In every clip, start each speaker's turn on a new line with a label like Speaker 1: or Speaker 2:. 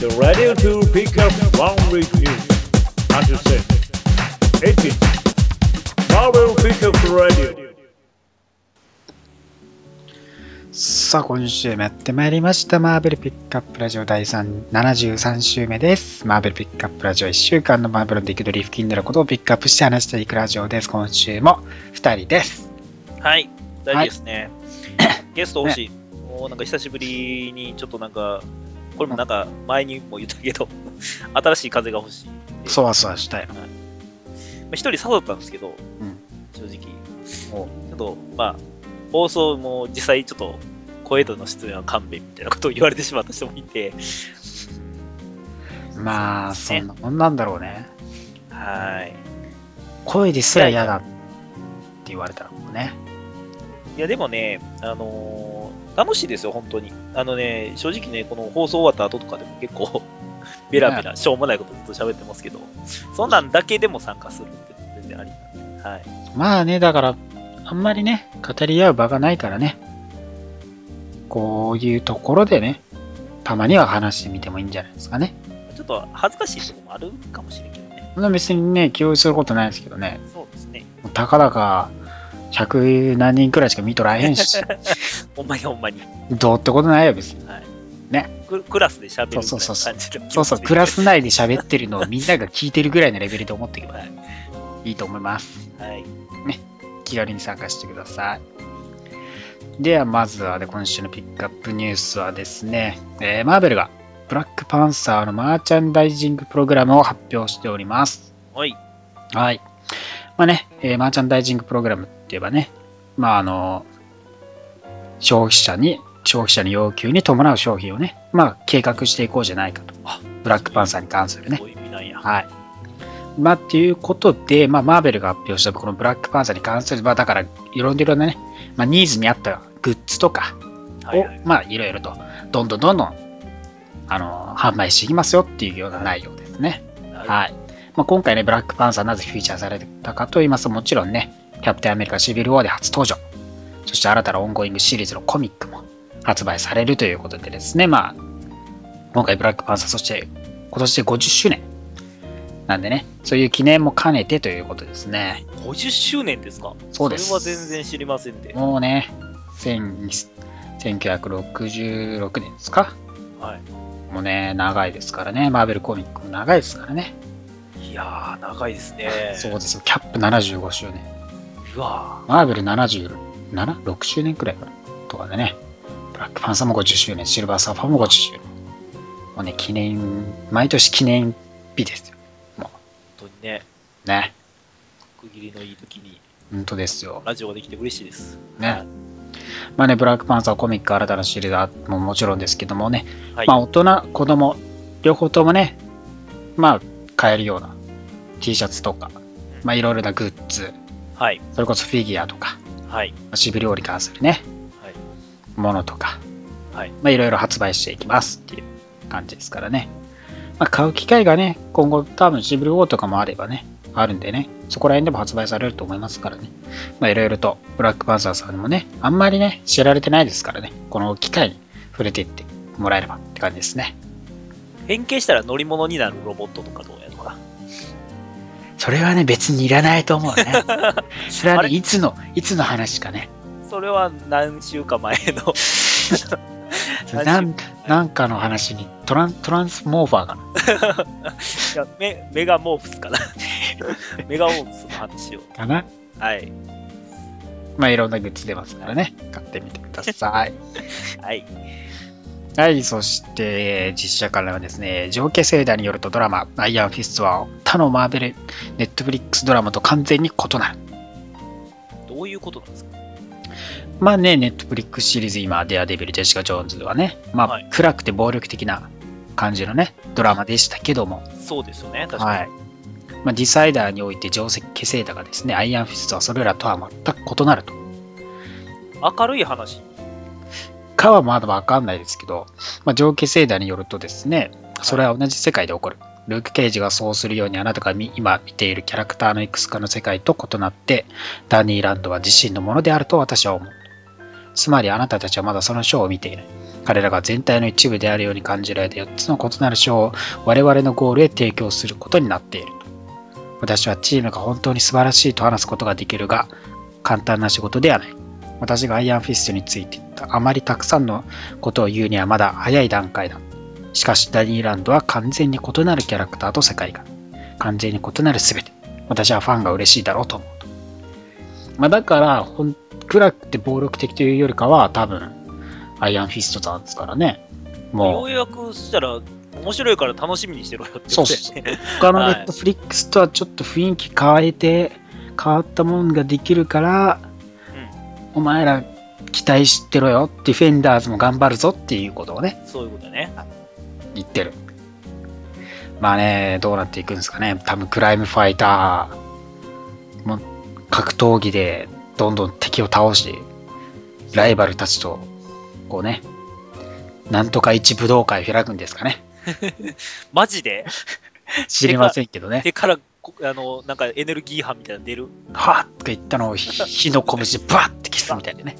Speaker 1: The radio to pick up one with you. Until then, 18. Marvel Pickup Radio.
Speaker 2: さあ、今週もやってまいりました。マーベルピックアップラジオ第3 73週目です。マーベルピックアップラジオ1週間のマーベルの出来取り付近でのことをピックアップして話していくラジオです。今週も2人です。
Speaker 3: はい、大事ですね。ゲスト欲しい。もうなんか久しぶりに、ちょっとなんか、これもなんか前にも言ったけど、 新しい風が欲しい。
Speaker 2: そわそわしたい。
Speaker 3: まあ一人誘ったんですけど、
Speaker 2: うん
Speaker 3: 正直。ちょっと、まあ、放送も実際ちょっと、声との出演は勘弁みたいなことを言われてしまった人もいて、
Speaker 2: まあ、
Speaker 3: そ
Speaker 2: そう
Speaker 3: です
Speaker 2: ん
Speaker 3: ね
Speaker 2: なもんなんだろうね。
Speaker 3: はい。
Speaker 2: 声ですら嫌だって言われたらもうね。
Speaker 3: いや、でもね、あのー楽しいですよ、本当に。あのね、正直ね、この放送終わった後とかでも結構、 ベラベラ、しょうもないことずっと喋ってますけど、そんなんだけでも参加するって全然ありなんで、はい。
Speaker 2: まあね、だから、あんまりね、語り合う場がないからね。こういうところでね、たまには話してみてもいいんじゃないですかね。
Speaker 3: ちょっと恥ずかしいとこもあるかもしれんけどね。
Speaker 2: そんな別にね、共有することないですけどね。
Speaker 3: そうですね。
Speaker 2: たかだか100何人くらいしか見とらへん し、
Speaker 3: ほんまにほんまに。
Speaker 2: どうってことないよ、別に。
Speaker 3: ククラスで喋るみた
Speaker 2: そうそうそう
Speaker 3: いな感じの気持ちで
Speaker 2: そうそう、クラス内で喋ってるのをみんなが聞いてるぐらいのレベルで思っていけば
Speaker 3: はい
Speaker 2: いいと思います。
Speaker 3: はい。
Speaker 2: 気軽に参加してください。では、まずはで、今週のピックアップニュースはですね、えーマーベルがブラックパンサーのマーチャンダイジングプログラムを発表しております。
Speaker 3: はい。
Speaker 2: はい。まあね、えーマーチャンダイジングプログラムって言えばね、まああの、消費者に、消費者の要求に伴う商品をね、まあ計画していこうじゃないかと
Speaker 3: あ。
Speaker 2: ブラックパンサーに関するね
Speaker 3: そ。ういう意味なんや。
Speaker 2: はい。まあっていうことで、まあマーベルが発表したこのブラックパンサーに関する、まあだからいろいろなね、まあニーズに合ったグッズとか
Speaker 3: は
Speaker 2: を、
Speaker 3: いはい。
Speaker 2: まあいろいろと、どんどんどんどん、あの、販売していきますよっていうような内容ですね。は
Speaker 3: は
Speaker 2: い。まあ、今回ね、ブラックパンサーなぜフィーチャーされたかと言いますと、もちろんね、キャプテンアメリカシビルウォーで初登場。そして新たなオンゴイングシリーズのコミックも発売されるということでですね、まあ、今回ブラックパンサー、そして今年で50周年なんでね、そういう記念も兼ねてということですね。
Speaker 3: い。50周年ですか
Speaker 2: そうです
Speaker 3: それは全然知りませんで。
Speaker 2: もうね、1000 1966年ですか
Speaker 3: は
Speaker 2: もうね、長いですからね、マーベルコミックも長いですからね。
Speaker 3: い。いやー、長いですね。
Speaker 2: そうですよ、キャップ75周年。
Speaker 3: うわ
Speaker 2: マーベル 77?6 周年くらいかなとかでね。ブラックパンサーも50周年、シルバーサーファーも50周年。もうね、記念、毎年記念日ですよ。
Speaker 3: ー、本当にね、
Speaker 2: ね。
Speaker 3: 区切りのいい時に
Speaker 2: 本当ですよ。
Speaker 3: ラジオができて嬉しいです。
Speaker 2: ね。まあね、ブラックパンサーコミック新たなシリーズももちろんですけどもね、
Speaker 3: はい。
Speaker 2: まあ大人、子供、両方ともね、まあ買えるような T シャツとか、まあいろいろなグッズ、
Speaker 3: はい。
Speaker 2: それこそフィギュアとか、
Speaker 3: はい。
Speaker 2: シビ料理関するね、
Speaker 3: はい。
Speaker 2: ものとか、
Speaker 3: はい。
Speaker 2: まあ、いろいろ発売していきますっていう感じですからね。まあ、買う機会がね、今後多分シビルウォーとかもあればね、あるんでね、そこら辺でも発売されると思いますからね。まあ、いろいろとブラックパンサーさんにもね、あんまりね、知られてないですからね、この機会に触れていってもらえればって感じですね。
Speaker 3: 変形したら乗り物になるロボットとかどうやとか。
Speaker 2: それはね、別にいらないと思うね。 それは
Speaker 3: あ
Speaker 2: ね、
Speaker 3: れ
Speaker 2: いつの、いつの話 かね。
Speaker 3: それは何週か前の。何週
Speaker 2: なんなんかの話にトラン、トランスモーファーかな。
Speaker 3: いやメメガモーフスかな。 メガモーフスの話を。
Speaker 2: かな
Speaker 3: はい。
Speaker 2: まあ、いろんなグッズ出ますからね、買ってみてください。
Speaker 3: はい。
Speaker 2: はい、そして実写からはですね、情景盛団によるとドラマ、アイアンフィストは他のマーベル、ネットフリックスドラマと完全に異なる。
Speaker 3: どういうことなんですか
Speaker 2: まあね、ネットフリックスシリーズ今、デアデビル、ジェシカ・ジョーンズはね、まあ、
Speaker 3: はい
Speaker 2: 暗くて暴力的な感じのね、ドラマでしたけども、
Speaker 3: そうですよね。確
Speaker 2: は
Speaker 3: か
Speaker 2: い
Speaker 3: に。。
Speaker 2: まあ、ディサイダーにおいて定石聖団がですね、アイアンフィストはそれらとは全く異なると。
Speaker 3: 明るい話。
Speaker 2: かはまだわかんないですけど、まあ、上記聖団によるとですね、それは同じ世界で起こる。ルーク・ケイジがそうするようにあなたがみ今見ているキャラクターのいくつかの世界と異なって、ダニー・ランドは自身のものであると私は思う。つまりあなたたちはまだその章を見ている。彼らが全体の一部であるように感じられた4つの異なる章を我々のゴールへ提供することになっている。私はチームが本当に素晴らしいと話すことができるが、簡単な仕事ではない。私がアイアンフィストについて言ったあまりたくさんのことを言うにはまだ早い段階だ。しかしダニーランドは完全に異なるキャラクターと世界観。完全に異なる全て。私はファンが嬉しいだろうと思うと。まあ、だから、ほん暗くて暴力的というよりかは多分、アイアンフィストさんですからね。
Speaker 3: よ
Speaker 2: も
Speaker 3: うやくしたら、面白いから楽しみにしてろよって
Speaker 2: そうっすう他のネットフリックスとはちょっと雰囲気変えて、変わったもんができるから、お前ら期待してろよ、ディフェンダーズも頑張るぞっていうことをね、
Speaker 3: そういうことだね。
Speaker 2: 言ってる。まあね、どうなっていくんですかね。多分クライムファイターも格闘技でどんどん敵を倒し、ライバルたちと、こうね、なんとか一武道会開くんですかね。
Speaker 3: マジで
Speaker 2: 知りませんけどね。
Speaker 3: 手からこあのなんかエネルギー波みたいなの出る
Speaker 2: はぁとか言ったのを 火火の拳でバッて消すみたいなね。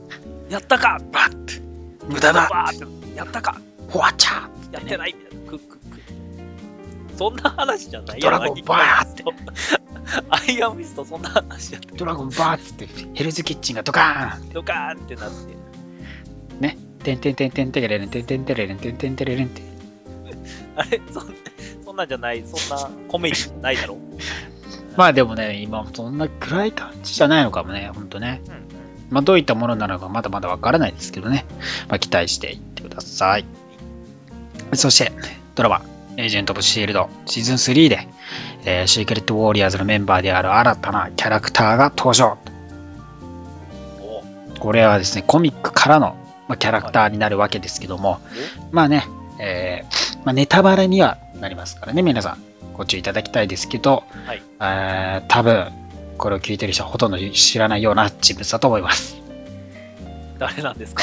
Speaker 3: やったか
Speaker 2: バッて。無駄だ
Speaker 3: バーってやったか
Speaker 2: ほわちゃ
Speaker 3: やってないみたいなクックックそんな話じゃない
Speaker 2: ドラゴンバーって。
Speaker 3: アイアンフィストそんな話じゃない
Speaker 2: ドラゴンバーッつってヘルズキッチンがドカーン
Speaker 3: ドカーンってなって
Speaker 2: てんてんてんてんてれれんてんてんてれれんてんてんてれれんって。
Speaker 3: あれそんそんなんじゃないそんなコメディじゃないだろう、
Speaker 2: まあでもね、今そんな暗い感じじゃないのかもね、ほんとね。
Speaker 3: うんうん
Speaker 2: まあどういったものなのかまだまだわからないですけどね。まあ期待していってください。そして、ドラマ、エージェント・オブ・シールド、シーズン3で、えーシークレット・ウォーリアーズのメンバーである新たなキャラクターが登場。
Speaker 3: お
Speaker 2: これはですね、コミックからの、まあ、キャラクターになるわけですけども、まあね、えーまあ、ネタバレにはなりますからね、皆さん、ご注意いただきたいですけど、
Speaker 3: はい
Speaker 2: えー多分これを聞いてる人はほとんど知らないような人物だと思います。
Speaker 3: 誰なんですか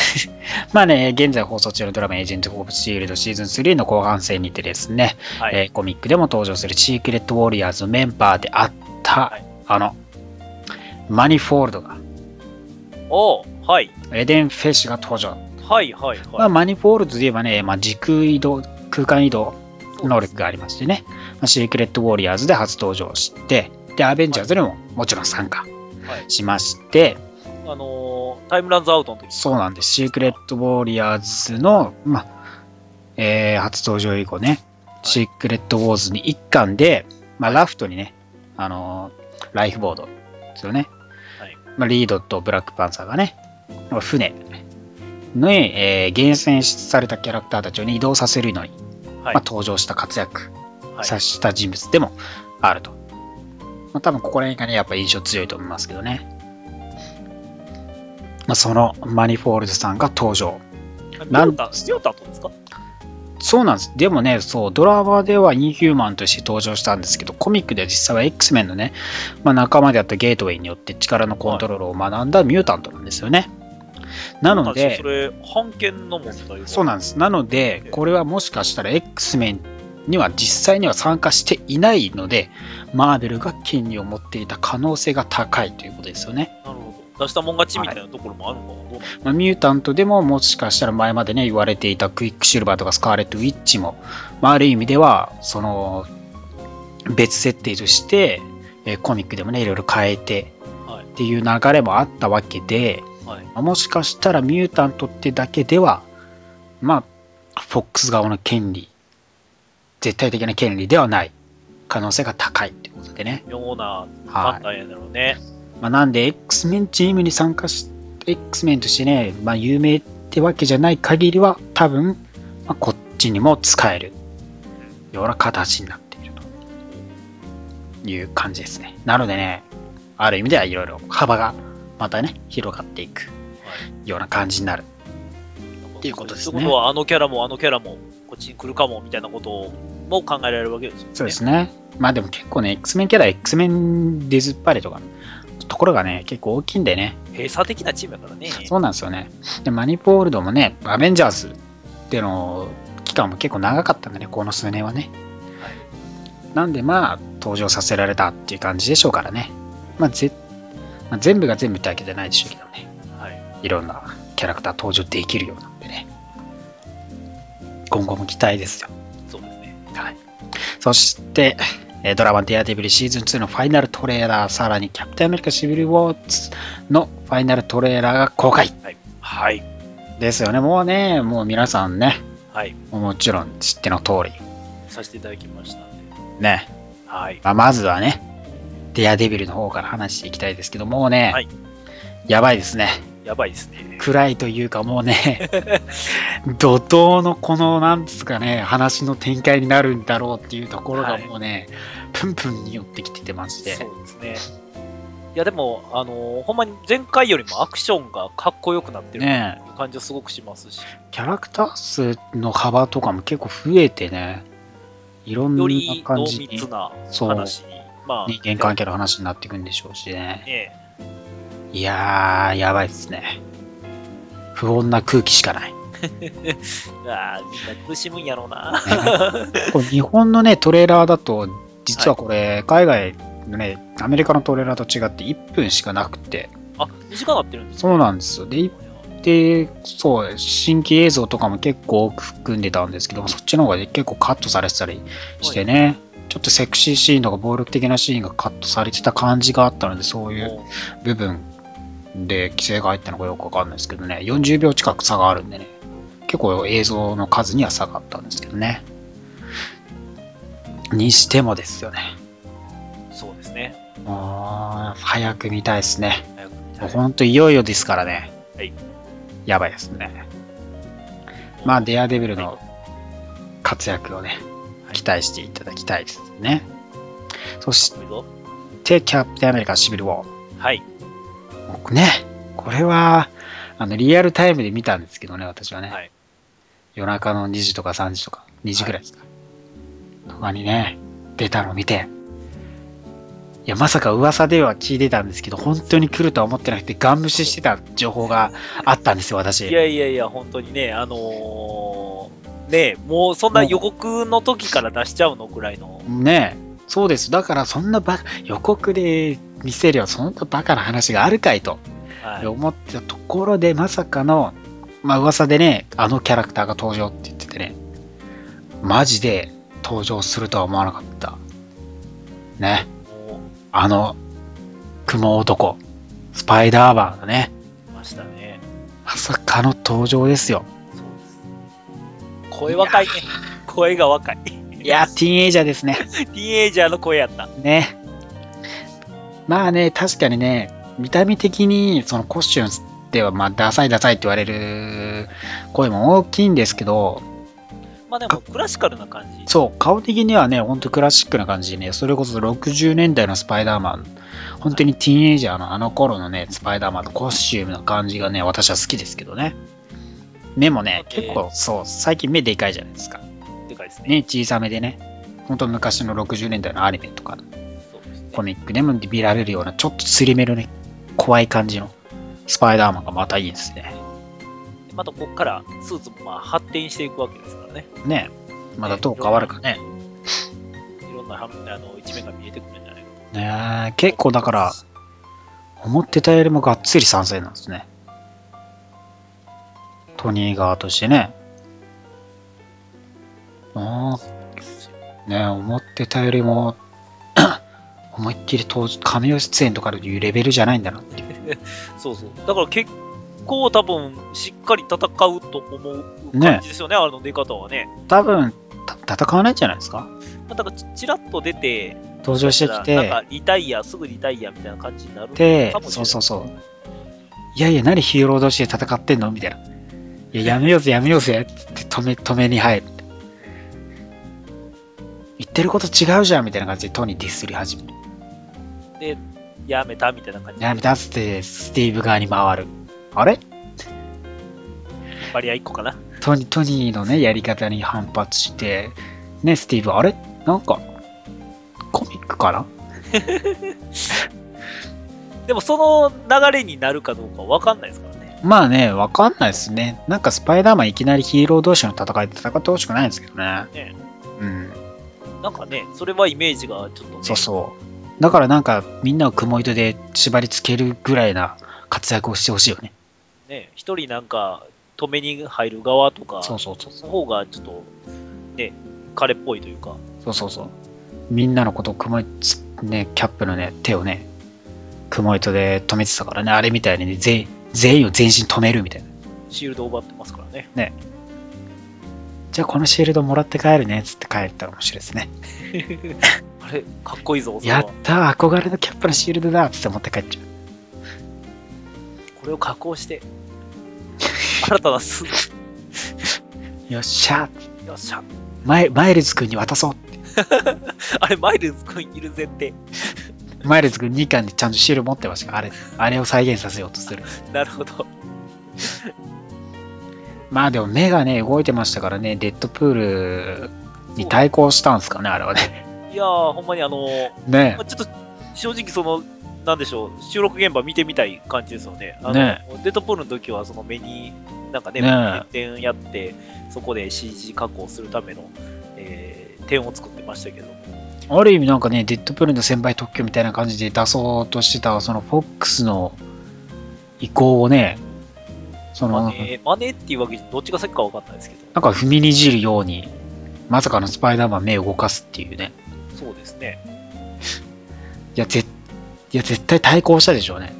Speaker 2: まあね、現在放送中のドラマ、エージェント・オブ・シールドシーズン3の後半戦にてですね、
Speaker 3: はい、
Speaker 2: えーコミックでも登場するシークレット・ウォリアーズのメンバーであった、
Speaker 3: はい
Speaker 2: あの、マニフォールドが、
Speaker 3: おはい
Speaker 2: エデン・フェッシュが登場。
Speaker 3: はいはいはい、
Speaker 2: まあ、マニフォールドで言えばね、まあ、時空移動、空間移動能力がありましてね、まあシークレット・ウォリアーズで初登場して、で、アベンジャーズにももちろん参加
Speaker 3: はい
Speaker 2: しまして、
Speaker 3: あのータイムランズアウトの時
Speaker 2: そうなんです、シークレット・ウォリアーズの、まあえー初登場以降ね、
Speaker 3: い
Speaker 2: シークレット・ウォーズに一巻で、まあ、ラフトにね、あのーライフボードですよね、
Speaker 3: はい
Speaker 2: まあ、リードとブラックパンサーがね、まあ船に、えー厳選されたキャラクターたちをね、移動させるのに、
Speaker 3: はい
Speaker 2: まあ、登場した活躍
Speaker 3: はい
Speaker 2: さした人物でもあると。まあ、多分ここら辺がね、やっぱ印象強いと思いますけどね。まあ、そのマニフォールズさんが登場。な
Speaker 3: なんんだスティオタとですか
Speaker 2: そうなんです。でもね、そう、ドラマではインヒューマンとして登場したんですけど、コミックでは実際は X メンのね、まあ、仲間であったゲートウェイによって力のコントロールを学んだミュータントなんですよね。なの
Speaker 3: なんか
Speaker 2: で
Speaker 3: そ、れ判権の問題
Speaker 2: そうなんんです。なので、これはもしかしたら X メンには実際には参加していないので、マーベルが権利を持っていた可能性が高いということですよね。
Speaker 3: なるほど出したもん勝ちみたいなところもあるのかな、どうなん
Speaker 2: まあ、ミュータントでももしかしたら前までね、言われていたクイックシルバーとかスカーレット・ウィッチも、まあ、ある意味では、その、別設定として、えーコミックでもね、いろいろ変えて、
Speaker 3: はい
Speaker 2: っていう流れもあったわけで、
Speaker 3: はい
Speaker 2: まあもしかしたらミュータントってだけでは、まあ、フォックス側の権利、絶対的な権利ではない可能性が高いってことでね。
Speaker 3: 妙な
Speaker 2: は
Speaker 3: 判
Speaker 2: い。
Speaker 3: 断やねろうね、
Speaker 2: まあ、なんで、X メンチームに参加し、X メンとしてね、まあ、有名ってわけじゃない限りは、多分、まあ、こっちにも使えるような形になっているという感じですね。なのでね、ある意味ではいろいろ幅がまたね、広がっていくような感じになる。
Speaker 3: って
Speaker 2: いうことですね
Speaker 3: ってことは、あのキャラもあのキャラもこっちに来るかもみたいなことも考えられるわけですよね。
Speaker 2: そうですね。まあでも結構ね、X メンキャラ、X メンディズパレとか、ところがね、結構大きいんでね、
Speaker 3: 閉鎖的なチームやからね。
Speaker 2: そうなんですよね。で、マニポールドもね、アベンジャーズでの期間も結構長かったんでね、この数年はね。なんで、まあ、登場させられたっていう感じでしょうからね。まあ、ぜまあ全部が全部ってわけじゃないでしょうけどね。
Speaker 3: はい。
Speaker 2: いろんなキャラクター登場できるようなんでね。今後も期待ですよ。
Speaker 3: そうですね。
Speaker 2: はい、そして、えードラマ「デアデビルシーズン2のファイナルトレーラー、さらにキャプテンアメリカシビルウォーズのファイナルトレーラーが公開
Speaker 3: はい。
Speaker 2: ですよね。もうね、もう皆さんね、
Speaker 3: はい。
Speaker 2: もちろん知っての通り、
Speaker 3: させていただきましたんで。
Speaker 2: ね、
Speaker 3: はい。
Speaker 2: まあ、まずはね、デアデビルの方から話していきたいですけど、もうね、
Speaker 3: はい
Speaker 2: やばいですね。
Speaker 3: やばいですね。
Speaker 2: 暗いというかもう ね怒涛のこのなんですかね話の展開になるんだろうっていうところが
Speaker 3: はい
Speaker 2: もうね、プンプンに寄ってきててまして
Speaker 3: そうですね。いや、でも、あのーほんまに前回よりもアクションがかっこよくなってる
Speaker 2: ね
Speaker 3: っていう感じはすごくしますし、
Speaker 2: キャラクター数の幅とかも結構増えてねいろんな
Speaker 3: より濃
Speaker 2: 感じに
Speaker 3: 密な
Speaker 2: そう
Speaker 3: 話に、まあ、
Speaker 2: 人間関係の話になっていくんでしょうしね
Speaker 3: ね
Speaker 2: いやーやばいですね不穏な空気しかない、 ね
Speaker 3: ああ、みんな苦しむんやろうな。
Speaker 2: これ日本のねトレーラーだと実はこれ、海外のねアメリカのトレーラーと違って1分しかなくて
Speaker 3: あ、短くなってるんですか
Speaker 2: そうなんですよ。で、行って、そう、新規映像とかも結構含んでたんですけど、そっちの方が結構カットされてたりしてね、ちょっとセクシーシーンとか暴力的なシーンがカットされてた感じがあったので、そういう
Speaker 3: もう
Speaker 2: 部分で規制が入ったのかよくわかんないですけどね、40秒近く差があるんでね、結構映像の数には差があったんですけどね。にしてもですよね。
Speaker 3: そうですね。
Speaker 2: あー早く見たいですね。
Speaker 3: 早く見たい
Speaker 2: ほんといよいよですからね。
Speaker 3: はい
Speaker 2: やばいですね。まあ、デアデビルの活躍をね、期待していただきたいですね。そし
Speaker 3: はいどうぞ
Speaker 2: て、キャプテンアメリカシビルウォー。
Speaker 3: はい。
Speaker 2: 僕ね、これは、あの、リアルタイムで見たんですけどね、私はね。
Speaker 3: はい
Speaker 2: 夜中の2時とか3時とか、2時ぐらいですか。とかにね、出たのを見て、いや、まさか噂では聞いてたんですけど、本当に来るとは思ってなくて、ガン無視してた情報があったんですよ、私。
Speaker 3: いやいやいや、本当にね、あのーねもうそんな予告の時から出しちゃうのぐらいの、
Speaker 2: ねえそうですだからそんなバカ予告で見せるよそんなバカな話があるかいと
Speaker 3: はい、
Speaker 2: 思ってたところでまさかのまあ噂でねあのキャラクターが登場って言っててねマジで登場するとは思わなかったね
Speaker 3: も
Speaker 2: あの雲男スパイダーバーのね
Speaker 3: う、ましたね。
Speaker 2: まさかの登場ですよ
Speaker 3: そうです声若いね。声が若い。
Speaker 2: いやティーンエイジャーですね
Speaker 3: ティーンエイジャーの声やった。
Speaker 2: ね。まあね、確かにね、見た目的にそのコスチュームでは、まあ、ダサいダサいって言われる声も大きいんですけど、
Speaker 3: まあでも、クラシカルな感じ。
Speaker 2: そう、顔的にはね、ほんとクラシックな感じでね、それこそ60年代のスパイダーマン、本当にティーンエイジャーのあの頃のね、スパイダーマンのコスチュームの感じがね、私は好きですけどね。目もね、結構そう、最近目でかいじゃないですか。
Speaker 3: でかいですね。
Speaker 2: ね、小さめでね、ほんと昔の60年代のアニメとか
Speaker 3: そうですね
Speaker 2: コミックでも見られるような、ちょっとすり目のね、怖い感じのスパイダーマンがまたいいですね。
Speaker 3: でまたここからスーツもまあ発展していくわけですからね。
Speaker 2: ねまだどう変わるかね。
Speaker 3: いろんなはあの一面が見えてくるんじゃないか
Speaker 2: ねえ結構だから、思ってたよりもがっつり参戦なんですね。トニー側としてね。ああ、ねえ思ってたよりも、 思いっきり当時、神尾出演とかでいうレベルじゃないんだなっていう。
Speaker 3: と。そうそう。だから結構多分しっかり戦うと思う感じですよね、あの出方はね。
Speaker 2: 多分、た戦わないんじゃないですか
Speaker 3: まあ、だからちちらっと出て、
Speaker 2: 登場してきて。
Speaker 3: なんかリタイア、すぐリタイアみたいな感じになる
Speaker 2: で
Speaker 3: か、もし
Speaker 2: そ
Speaker 3: れ
Speaker 2: う
Speaker 3: ない。
Speaker 2: そうそう。いやいや、何ヒーロー同士で戦ってんのみたいな。いや、やめようぜ、やめようぜって言って止め、止めに入る。言ってること違うじゃんみたいな感じでトニーディスり始める。
Speaker 3: で、やめたみたいな感じで、
Speaker 2: やめたっつってスティーブ側に回る。あれ
Speaker 3: バリア1個かな。
Speaker 2: トニー、トニーのね、やり方に反発して、ね、スティーブ、あれなんか、コミックかな
Speaker 3: でもその流れになるかどうかわかんないですからね。
Speaker 2: まあね、わかんないですね。なんかスパイダーマンいきなりヒーロー同士の戦いで戦ってほしくないんですけどね。
Speaker 3: ね
Speaker 2: うん。
Speaker 3: なんかね、それはイメージがちょっとね。
Speaker 2: そうそう。だからなんかみんなを雲糸で縛り付けるぐらいな活躍をしてほしいよね。
Speaker 3: ね、一人なんか止めに入る側とか、
Speaker 2: そうそうそうそ
Speaker 3: の方がちょっと、ね、彼っぽいというか、
Speaker 2: そうそうそうみんなのことを雲井つねキャップのね手をね雲糸で止めてたからねあれみたいにね全全員を全身止めるみたいな
Speaker 3: シールドを奪ってますからね。
Speaker 2: じゃあこのシールドもらって帰るねっつって帰ったら面白いですね
Speaker 3: あれ、かっこいいぞ、それ
Speaker 2: やっ
Speaker 3: は。
Speaker 2: たー憧れのキャップのシールドだっつって持って帰っちゃう
Speaker 3: これを加工して、新たなスーツ、
Speaker 2: よっしゃ
Speaker 3: よっしゃ。
Speaker 2: マイマイルズ君に渡そう
Speaker 3: あれ、マイルズ君いる前提。
Speaker 2: マイルズ君2巻でちゃんとシール持ってましたからあれあれを再現させようとする
Speaker 3: なるほど。
Speaker 2: まあでも目がね動いてましたからねデッドプールに対抗したんですかねあれはね
Speaker 3: いやー、ほんまにあのー
Speaker 2: ね
Speaker 3: まあちょっと正直その、なんでしょう、収録現場見てみたい感じですよね。あの
Speaker 2: ね
Speaker 3: デッドプールの時はその目に、なんかね、
Speaker 2: ね
Speaker 3: 点やって、そこで CG 加工するための、えー点を作ってましたけど、
Speaker 2: ある意味なんかねデッドプールの先輩特許みたいな感じで出そうとしてたそのフォックスの意向をねその
Speaker 3: マネーマネーっていうわけでどっちが先か分かんないですけ
Speaker 2: な
Speaker 3: ど、
Speaker 2: んか踏みにじるようにまさかのスパイダーマン目を動かすっていうね
Speaker 3: そうですね。
Speaker 2: いやぜいや絶対対抗したでしょうね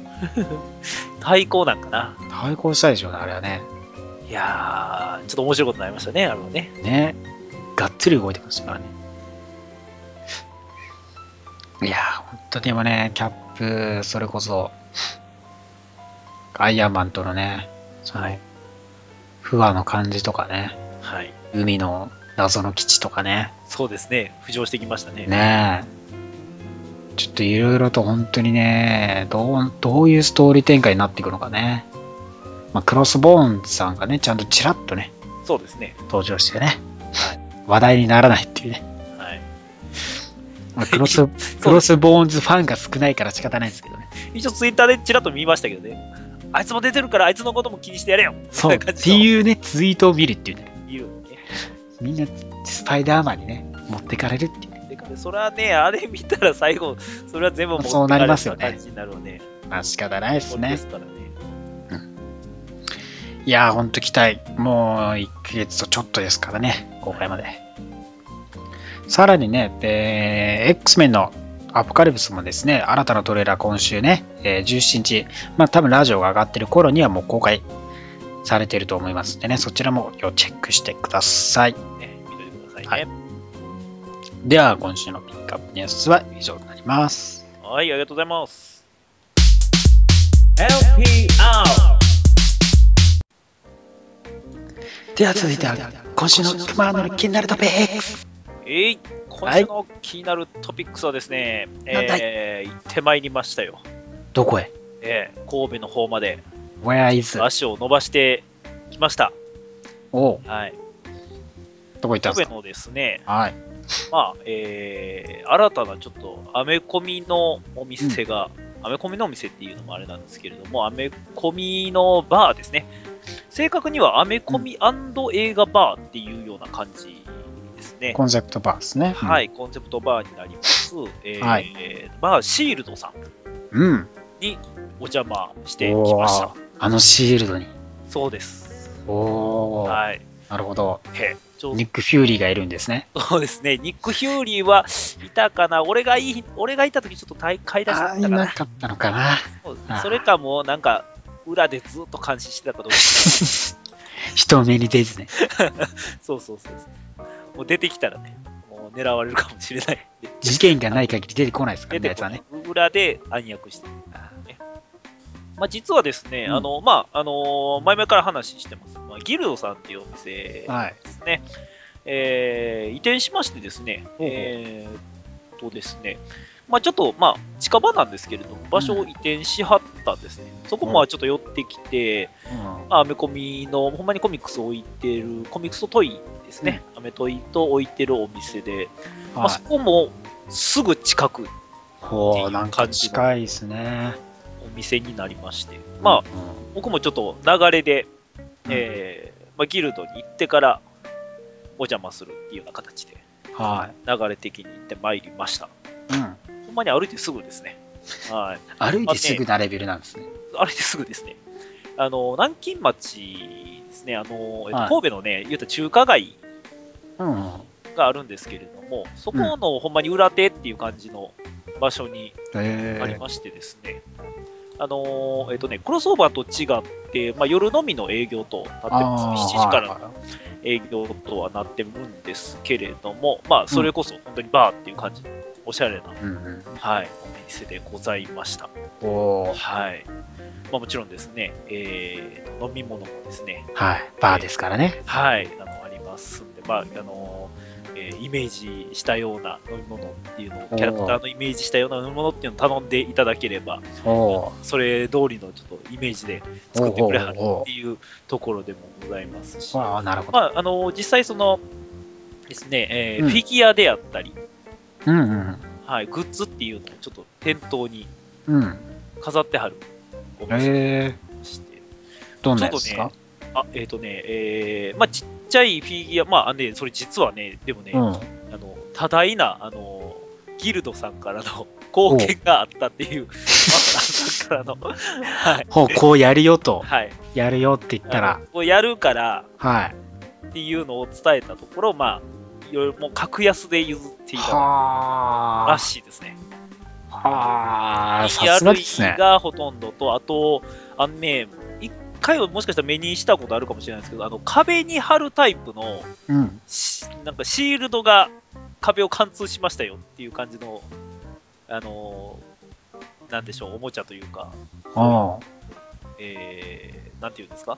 Speaker 3: 対抗なんかな。
Speaker 2: 対抗したでしょうねあれはね
Speaker 3: いやー、ちょっと面白いことになりましたね、あれはね。
Speaker 2: ねがっつり動いてましたからねいやー本当にでもねキャップそれこそアイアンマンとのねそ
Speaker 3: は
Speaker 2: の
Speaker 3: い
Speaker 2: 不和の感じとかね
Speaker 3: はい。
Speaker 2: 海の謎の基地とかね
Speaker 3: そうですね。浮上してきましたね。
Speaker 2: ねえちょっといろいろと本当にねどうどういうストーリー展開になっていくのかね、まあ、クロスボーンさんがねちゃんとちらっとね
Speaker 3: そうですね。
Speaker 2: 登場してね話題にならないっていうね
Speaker 3: はい。
Speaker 2: まあクロス、クロスボーンズファンが少ないから仕方ないですけどね。
Speaker 3: 一応ツイッターでちらっと見ましたけどね。あいつも出てるから、あいつのことも気にしてやれよ。
Speaker 2: そう。 っ
Speaker 3: んな感
Speaker 2: て
Speaker 3: じの
Speaker 2: いうね、ツイートを見るっていうね。
Speaker 3: 言うね。
Speaker 2: みんな、スパイダーマンにね、持ってかれるっていうね。
Speaker 3: てかね、それはね、あれ見たら最後、それは全部持ってか
Speaker 2: そうなりますよね
Speaker 3: れる感じになるわね。
Speaker 2: まあ仕方ないです
Speaker 3: これで
Speaker 2: ね。
Speaker 3: すからね。
Speaker 2: いやー、ほんと期待。もう、1ヶ月とちょっとですからね、公開まで。さらにね、えー X メンのアポカリプスもですね、新たなトレーラー今週ね、えー17日、まあ多分ラジオが上がってる頃にはもう公開されてると思いますんでね、そちらも要チェックしてください。
Speaker 3: ね見といてくださいね。
Speaker 2: はいでは今週のピックアップニュースは以上になります。
Speaker 3: はい、ありがとうございます。
Speaker 1: LPR
Speaker 2: では続いては今週の熊野の気になるトピックス
Speaker 3: えい、今週の気になるトピックスはですね、
Speaker 2: なんだい
Speaker 3: えー行ってまいりましたよ。
Speaker 2: どこへ
Speaker 3: えー神戸の方まで
Speaker 2: ?Where is?
Speaker 3: 足を伸ばしてきました。
Speaker 2: おう
Speaker 3: はい、
Speaker 2: どこ行ったんで
Speaker 3: 神
Speaker 2: す
Speaker 3: 戸のですね、
Speaker 2: かはい。
Speaker 3: まあ、えー新たなちょっとアメコミのお店が、アメコミのお店っていうのもあれなんですけれども、アメコミのバーですね。正確にはアメコミ映画バーっていうような感じですね。
Speaker 2: コンセプトバーですね。。
Speaker 3: はいい、コンセプトバーになります。えー
Speaker 2: はい
Speaker 3: バーシールドさん
Speaker 2: うん。
Speaker 3: お邪魔してきました
Speaker 2: お。あのシールドに。
Speaker 3: そうです。
Speaker 2: おー。
Speaker 3: はい。
Speaker 2: なるほど。
Speaker 3: へちょう
Speaker 2: ニック・フューリーがいるんですね。
Speaker 3: そうですね、ニック・ヒューリーはいたかな、俺がいい俺がいたときちょっと買い出しだ
Speaker 2: あー、
Speaker 3: ったか
Speaker 2: いな
Speaker 3: な、
Speaker 2: かったのかな。
Speaker 3: そう
Speaker 2: あー
Speaker 3: それかもうなんか裏でずっと監視してた かどうか、
Speaker 2: 人目に出ずね。
Speaker 3: そうそうそうそう、もう出てきたらね、もう狙われるかもしれないんで、
Speaker 2: 事件がない限 り出てこないですから
Speaker 3: 出
Speaker 2: ね、
Speaker 3: て
Speaker 2: やつは
Speaker 3: こな
Speaker 2: ね
Speaker 3: い。裏で暗躍してる、ねまあ、実はですね、
Speaker 2: うん
Speaker 3: あのまああのー前々から話してます、まあ、ギルドさんっていうお店
Speaker 2: はい。
Speaker 3: ですね、えー移転しましてですね、
Speaker 2: ほうほう
Speaker 3: えーっとですね、まあ、ちょっと、まあ、近場なんですけれども、場所を移転しはったんですね、そこもまあちょっと寄ってきて、
Speaker 2: うん
Speaker 3: まあアメコミの、ほんまにコミックスを置いてる、コミックスとトイですね、アメトイと置いてるお店で、まあ、
Speaker 2: は
Speaker 3: そ
Speaker 2: い。
Speaker 3: こもすぐ近く
Speaker 2: ほう、なんか
Speaker 3: 感じの
Speaker 2: 近いですね。
Speaker 3: お店になりまして、まあ、
Speaker 2: あ、
Speaker 3: 僕もちょっと流れで、えーまあ、ギルドに行ってからお邪魔するっていうような形で。
Speaker 2: は
Speaker 3: 流れ的に行ってまいりました。
Speaker 2: い。うん。
Speaker 3: ほんまに歩いてすぐですね。はい。
Speaker 2: 歩いてすぐなレベルなんですね。
Speaker 3: 歩いてすぐですね。あの、南京町ですね、あの、えっと
Speaker 2: はい
Speaker 3: 神戸のね、言うたら中華街
Speaker 2: うん。
Speaker 3: があるんですけれども、そこの、ほんまに裏手っていう感じの場所に
Speaker 2: え
Speaker 3: ありましてですね、あのーえっとね、クロスオーバーと違って、まあ、夜のみの営業となってます、7時からの
Speaker 2: ら。
Speaker 3: 営業とはなってるんですけれども、まあ、それこそ本当にバーっていう感じのおしゃれな、
Speaker 2: うん
Speaker 3: はい、お店でございました。
Speaker 2: うん。おー
Speaker 3: はいまあ、もちろんですね、えー飲み物もですね、
Speaker 2: はい。バーですからね。
Speaker 3: はい、あのありますんで、まああのえーイメージしたような飲み物っていうのを、キャラクターのイメージしたような飲み物っていうのを頼んでいただければ、
Speaker 2: おー
Speaker 3: それ通りのちょっとイメージで作ってくれはるっていうところでもございますし、ま
Speaker 2: ああ、なるほど。
Speaker 3: あ、あの実際そのですね、えー
Speaker 2: うん
Speaker 3: フィギュアであったり、
Speaker 2: うんうん。
Speaker 3: はい、グッズっていうのをちょっと店頭に
Speaker 2: うん。
Speaker 3: 飾ってはるお店で
Speaker 2: えー、
Speaker 3: して、
Speaker 2: どんなやつです
Speaker 3: ちょ
Speaker 2: か
Speaker 3: っあえっ、とね、えーまあ、ちっちゃいフィギュア、まあ、あのね、それ実はね、でもね、
Speaker 2: うん。
Speaker 3: あの多大なあのギルドさんからの 貢献があったっていう、マスターさんからの、はい、
Speaker 2: ほう、こうやるよと。
Speaker 3: はい、
Speaker 2: やるよって言った
Speaker 3: あ
Speaker 2: ら
Speaker 3: の。こうやるから
Speaker 2: は
Speaker 3: っていうのを伝えたところ、まあ、いろいろもう格安で譲って
Speaker 2: い。
Speaker 3: いただいた
Speaker 2: は
Speaker 3: らしいですね。
Speaker 2: あ。はあ。さすがですね
Speaker 3: ERE。がほとんどと、あと、あのね、一回はもしかしたら目にしたことあるかもしれないですけど、あの壁に貼るタイプの
Speaker 2: うん。
Speaker 3: しなんかシールドが壁を貫通しましたよっていう感じの、あのーなんでしょう、おもちゃというか、
Speaker 2: お
Speaker 3: えー、なんていうんですか、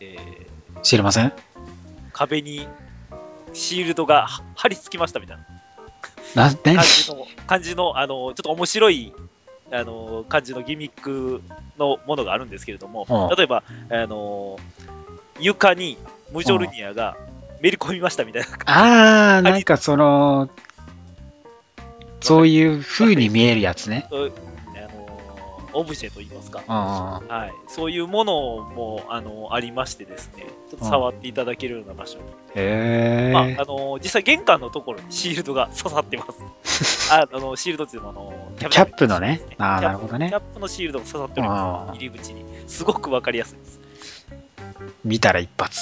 Speaker 3: えー
Speaker 2: ー知りません
Speaker 3: 壁にシールドがは貼り付きましたみたいな
Speaker 2: な、何
Speaker 3: 感じの、感じの、あのーちょっと面白い、あのー感じのギミックのものがあるんですけれども、
Speaker 2: うん
Speaker 3: 例えば、あのー床にムジョルニアがめり込みましたみたいな
Speaker 2: ああ、なんかその、そういう風に見えるやつね。
Speaker 3: そうあのーオブジェといいますか、
Speaker 2: うんうんうん。
Speaker 3: はい、そういうものも、あのーありましてですね、ちょっと触っていただけるような場所に、
Speaker 2: へ
Speaker 3: まああの
Speaker 2: え。
Speaker 3: ー実際玄関のところにシールドが刺さっ てます。ああのーシールドっていうのはあのー
Speaker 2: キャップのね
Speaker 3: キャップ
Speaker 2: あーなるほどね
Speaker 3: キャップのシールドが刺さっており
Speaker 2: あ
Speaker 3: ま
Speaker 2: ー
Speaker 3: す。入り口に。すごくわかりやすいです。
Speaker 2: 見たら一発。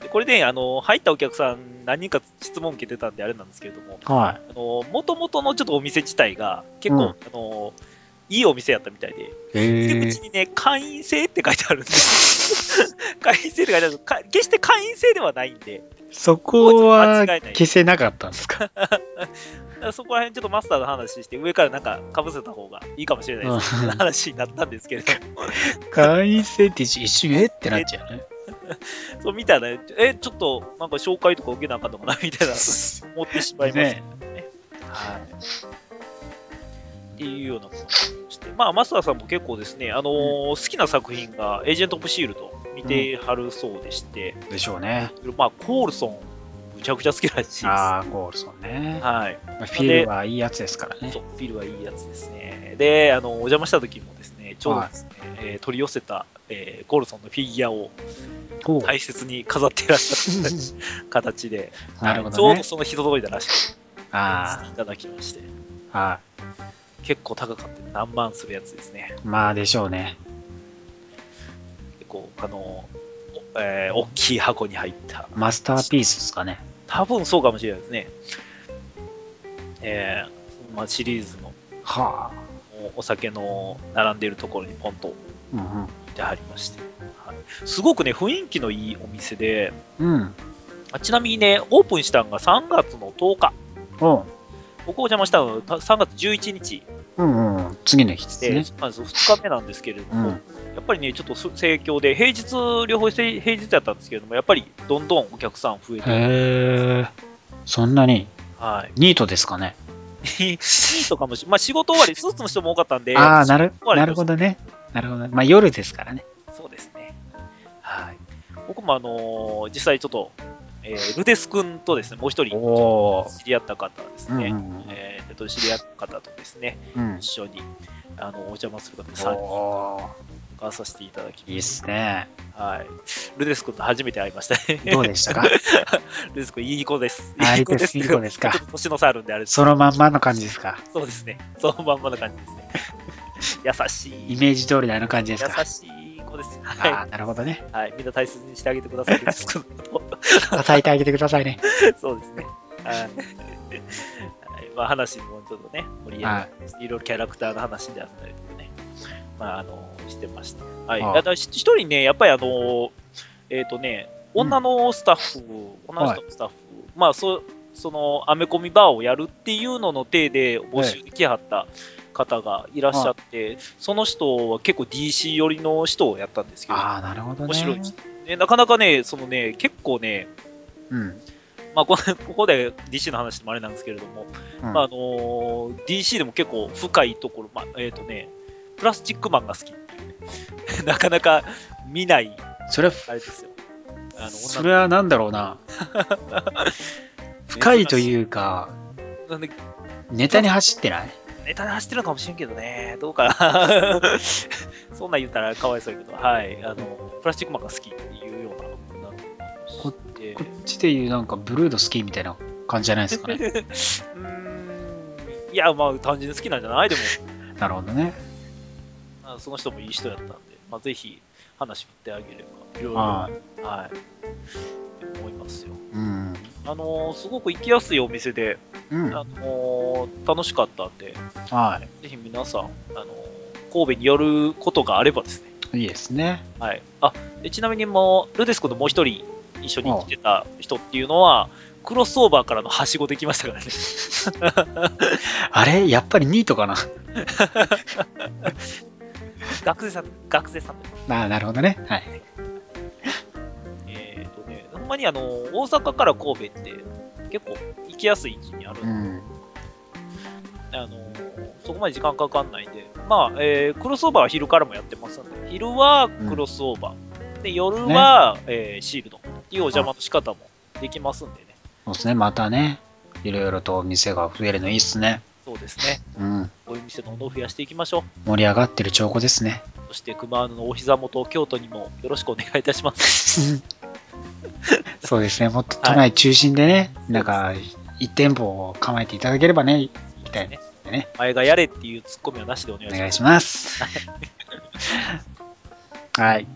Speaker 3: でこれで、あのー入ったお客さん何人か質問受けてたんであれなんですけれども、
Speaker 2: は
Speaker 3: あのー元々のちょっとお店自体が結構、
Speaker 2: うん
Speaker 3: あのーいいお店やったみたいで、
Speaker 2: い。
Speaker 3: 入
Speaker 2: へ
Speaker 3: り
Speaker 2: え
Speaker 3: 口。にね、会員制って書いてある んです。会員制って書いてあるんですか決して会員制ではないんで、
Speaker 2: そこは
Speaker 3: 間違いない
Speaker 2: 消せなかったんですか。
Speaker 3: だからそこら辺ちょっとマスターの話して、上からなんかかぶせた方がいいかもしれないです。
Speaker 2: うん
Speaker 3: 話になったんですけれども、
Speaker 2: 会員制って一瞬、えってなっちゃうね。
Speaker 3: そう見たら、ね、え、ちょっとなんか紹介とか受けなあかんのかなみたいな思ってしまいました。
Speaker 2: ね
Speaker 3: はい。っていうようなことをして、まあ、マスターさんも結構ですね、あのー好きな作品がエージェント・オブ・シールド見てはるそうでして、
Speaker 2: でしょうね。
Speaker 3: まあ、コールソン、むちゃくちゃ好きらしいです。
Speaker 2: ああ、ゴールソンね。
Speaker 3: はい。
Speaker 2: まあフィルはいいやつですからね
Speaker 3: そ。う、フィルはいいやつですね。で、あの、お邪魔した時もですね、ちょうどですね、えー取り寄せた、えーゴールソンのフィギュアを
Speaker 2: おう
Speaker 3: 大切に飾っていらっしゃる形で、
Speaker 2: なるほ
Speaker 3: ちょ
Speaker 2: ど
Speaker 3: うど
Speaker 2: ね。
Speaker 3: その人届いたらしく
Speaker 2: あ
Speaker 3: いただきまして、
Speaker 2: あ、は
Speaker 3: 結構高かった、何万するやつですね。
Speaker 2: い。まあでしょうね。
Speaker 3: 結構、あの、おえー大きい箱に入った。
Speaker 2: マスターピースですかね。
Speaker 3: 多分そうかもしれないですね。えーまあ、シリーズの
Speaker 2: はあ。
Speaker 3: お酒の並んでいるところにポンと
Speaker 2: うん
Speaker 3: ってはりまして、はい、すごくね雰囲気のいいお店で
Speaker 2: うん。うん。
Speaker 3: あちなみにねオープンしたのが3月の10日
Speaker 2: おう
Speaker 3: 僕お邪魔したのが3月11日
Speaker 2: うんうん。次の日です
Speaker 3: で、
Speaker 2: ね。
Speaker 3: まず2日目なんですけれども、
Speaker 2: うん
Speaker 3: やっぱりねちょっとす盛況で平日両方せ平日だったんですけれどもやっぱりどんどんお客さん増え
Speaker 2: へ
Speaker 3: て、
Speaker 2: え。そんなに
Speaker 3: はい、
Speaker 2: ニートですかね。
Speaker 3: いいとかもし、まあ、仕事終わりスーツの人も多かったんで
Speaker 2: ああ、なる
Speaker 3: 仕事終わり
Speaker 2: なるほどね。なるほどね。まあ夜ですからね。
Speaker 3: そうですね。はい。僕もあのー実際ちょっと、えールデス君とですね、もう一人
Speaker 2: おー
Speaker 3: 知り合った方です
Speaker 2: うんう
Speaker 3: ね、
Speaker 2: ん
Speaker 3: えー、と知り合った方とですね、
Speaker 2: うん。うん
Speaker 3: 一緒にあのお邪魔する方に参
Speaker 2: おー
Speaker 3: 加させていただき
Speaker 2: いいっすね。
Speaker 3: はい。ルデス君と初めて会いましたね。
Speaker 2: どうでしたか
Speaker 3: ルデス君、いい子です。
Speaker 2: あいいです、いい
Speaker 3: け
Speaker 2: 子
Speaker 3: ど
Speaker 2: ですか
Speaker 3: ちょ。っと年の差あるんで、あれです
Speaker 2: そのまんまの感じですか。
Speaker 3: そうですね。そのまんまの感じですね。優し
Speaker 2: イ
Speaker 3: い。
Speaker 2: メージ通りのあの感じですか
Speaker 3: 優。しいです。
Speaker 2: あ
Speaker 3: は
Speaker 2: あ、なるほどね。
Speaker 3: い。はい。みんな大切にしてあげてくだ さい。
Speaker 2: 叩いてあげてくださいね。
Speaker 3: そうですね。はい。はいまあ、話もちょっとね、盛り上が
Speaker 2: は
Speaker 3: って、 いろいろキャラクターの話であったりとかね、まあ、あの、してました。はい。
Speaker 2: ああ
Speaker 3: だから一人ね、やっぱりあの、えっ、とね、女のスタッフ、女の人のスタッフ、まあ、そう、その、アメコミバーをやるっていうのの体で募集できはった方がいらっしゃって、その人は結構 DC 寄りの人をやったんですけど、
Speaker 2: ああ、なるほどね。
Speaker 3: 面白いですね、なかなかね、そのね、結構ね、
Speaker 2: うん。
Speaker 3: まあ、こ のここで DC の話でもあれなんですけれども、
Speaker 2: うん
Speaker 3: まああのー DC でも結構深いところ、まあえっ、とね、プラスチックマンが好き っていうね、なかなか見ない、
Speaker 2: それ、
Speaker 3: あれですよ。あの
Speaker 2: それはなんだろう な。深いというか、
Speaker 3: 女の子
Speaker 2: ネタに走ってない
Speaker 3: ネタで走ってるのかもしれんけどね、どうかな。 そんなん言ったらかわいそうやけど、はい、あのプラスチックマンが好きっていうような、なんか
Speaker 2: こ
Speaker 3: え
Speaker 2: こ
Speaker 3: ー
Speaker 2: っちでいうなんかブルード好きみたいな感じじゃないですか ね。
Speaker 3: うーん、いや、まあ単純に好きなんじゃないでも。
Speaker 2: なるほどね。
Speaker 3: あその人もいい人やったんで、まあ、ぜひ話振ってあげれば、いろいろ、
Speaker 2: あ
Speaker 3: はい、って思いますよ。
Speaker 2: あ、うん。
Speaker 3: あのーすごく行きやすいお店で、
Speaker 2: うん。
Speaker 3: あのー楽しかったんで、
Speaker 2: は
Speaker 3: ぜひ皆さん、あのー神戸に寄ることがあればですね。
Speaker 2: い。いいですね。
Speaker 3: はい。あ、でちなみにもう、ルデスコともう一人一緒に来てた人っていうのは、クロスオーバーからのはしごできましたからね。
Speaker 2: あれやっぱりニートかな
Speaker 3: 学生さん、学生さんで
Speaker 2: ああ、なるほどね。はい。
Speaker 3: えっ、とね、ほんまにあの、大阪から神戸って、結構行きやすい位置にあるん
Speaker 2: う
Speaker 3: で、
Speaker 2: ん。
Speaker 3: あのそこまで時間かかんないんで、まあ、えークロスオーバーは昼からもやってますんで、昼はクロスオーバー、で夜は、えーシールドっていうお邪魔の仕方もできますんでね、
Speaker 2: そうですね。またね、いろいろと店が増えるのいいっすね。
Speaker 3: そうですね、
Speaker 2: うん。
Speaker 3: こういう店どんどん増やしていきましょ
Speaker 2: 盛り上がってる兆候です ね。
Speaker 3: う。そして、熊野のお膝元、京都にもよろしくお願いいた します。
Speaker 2: そうですね。もっと都内中心でね、なんか、一店舗を構えていただければね、行きたいで
Speaker 3: ね
Speaker 2: すね。
Speaker 3: 前がやれっていうツッコミはなしでお願い
Speaker 2: お
Speaker 3: し
Speaker 2: 願
Speaker 3: ま
Speaker 2: い
Speaker 3: す。
Speaker 2: します。はい。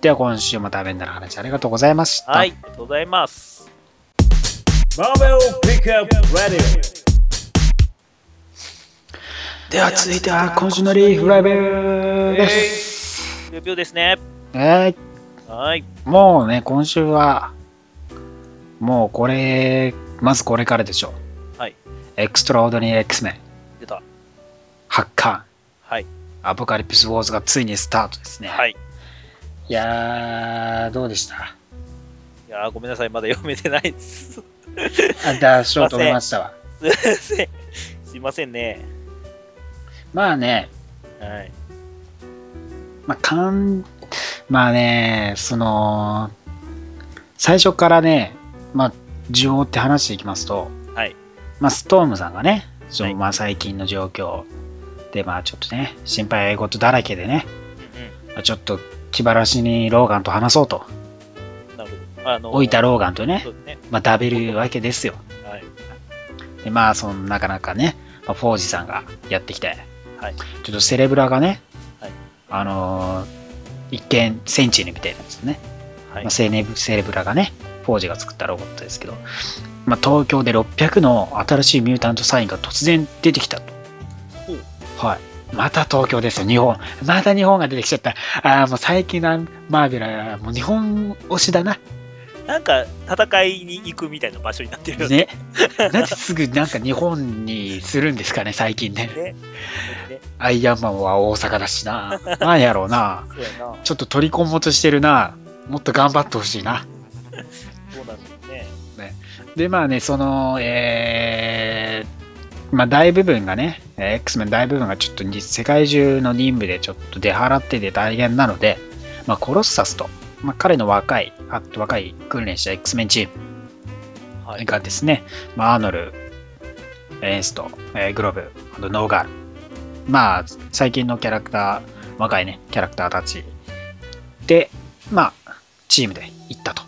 Speaker 2: では今週もダメンダの話ありがとうございました。
Speaker 3: はい、ありがとうございます。
Speaker 1: Marvel Pickup Radio.
Speaker 2: では続いては今週のリーフライブです。
Speaker 3: 10秒ですね。
Speaker 2: はい。
Speaker 3: はい、
Speaker 2: もうね、今週は、もうこれ、まずこれからでしょう。
Speaker 3: はい。
Speaker 2: エクストラオードニー X メン、
Speaker 3: 出た。
Speaker 2: 発刊、
Speaker 3: はい、
Speaker 2: アポカリプスウォーズがついにスタートですね。。
Speaker 3: はいい。
Speaker 2: いやー、どうでした
Speaker 3: いやーごめんなさい、まだ読めてないです。
Speaker 2: あ、出しようと思いましたわ。
Speaker 3: すいません。すいませんね。
Speaker 2: まあね、
Speaker 3: はい。
Speaker 2: まあ、かん、まあね、その、最初からね、まあ、順を追って話していきますと、
Speaker 3: はい。
Speaker 2: まあ、ストームさんがね、そ
Speaker 3: はい
Speaker 2: のまあ最近の状況で、まあちょっとね、心配事だらけでね、
Speaker 3: う
Speaker 2: まあちょっと気晴らしにローガンと話そうと、
Speaker 3: んうん。なるほど。あの
Speaker 2: 置いたローガンとね
Speaker 3: そ、うですね。
Speaker 2: まあ、ダベるわけですよ。
Speaker 3: はい。
Speaker 2: で、まあ、その、なかなかね、まあ、フォージさんがやってきて、
Speaker 3: はい
Speaker 2: ちょっとセレブラがね、
Speaker 3: はい
Speaker 2: あのー一見、センチネみたいなんですよね。
Speaker 3: はい
Speaker 2: まあ、セレブセレブラがね、フォージが作ったロボットですけど、まあ、東京で600の新しいミュータントサインが突然出てきたと。
Speaker 3: ほう
Speaker 2: はい。また東京ですよ、日本。また日本が出てきちゃった。ああ、もう最近のマーベラはもう日本推しだな。
Speaker 3: なんか、戦いに行くみたいな場所になってるよね。
Speaker 2: ね。 なんですぐなんか日本にするんですかね、最近ね。
Speaker 3: ね。ね
Speaker 2: アイアンマンは大阪だしな。なんやろうな。
Speaker 3: そうやな。そ
Speaker 2: ちょっと取り込もうとしてるな。もっと頑張ってほしいな。
Speaker 3: うなんですね。
Speaker 2: でまあねそのえーまあ大部分がねえー X メン大部分がちょっとに世界中の任務でちょっと出払ってて大変なので、まあ、コロッサスと、まあ、彼の若いあ若い訓練した X メンチ
Speaker 3: は
Speaker 2: ーム
Speaker 3: い。
Speaker 2: がですね、まあ、アーノルエンスト、えーグローブあとノーガールまあ最近のキャラクター若いねキャラクターたちでまあチームで行ったと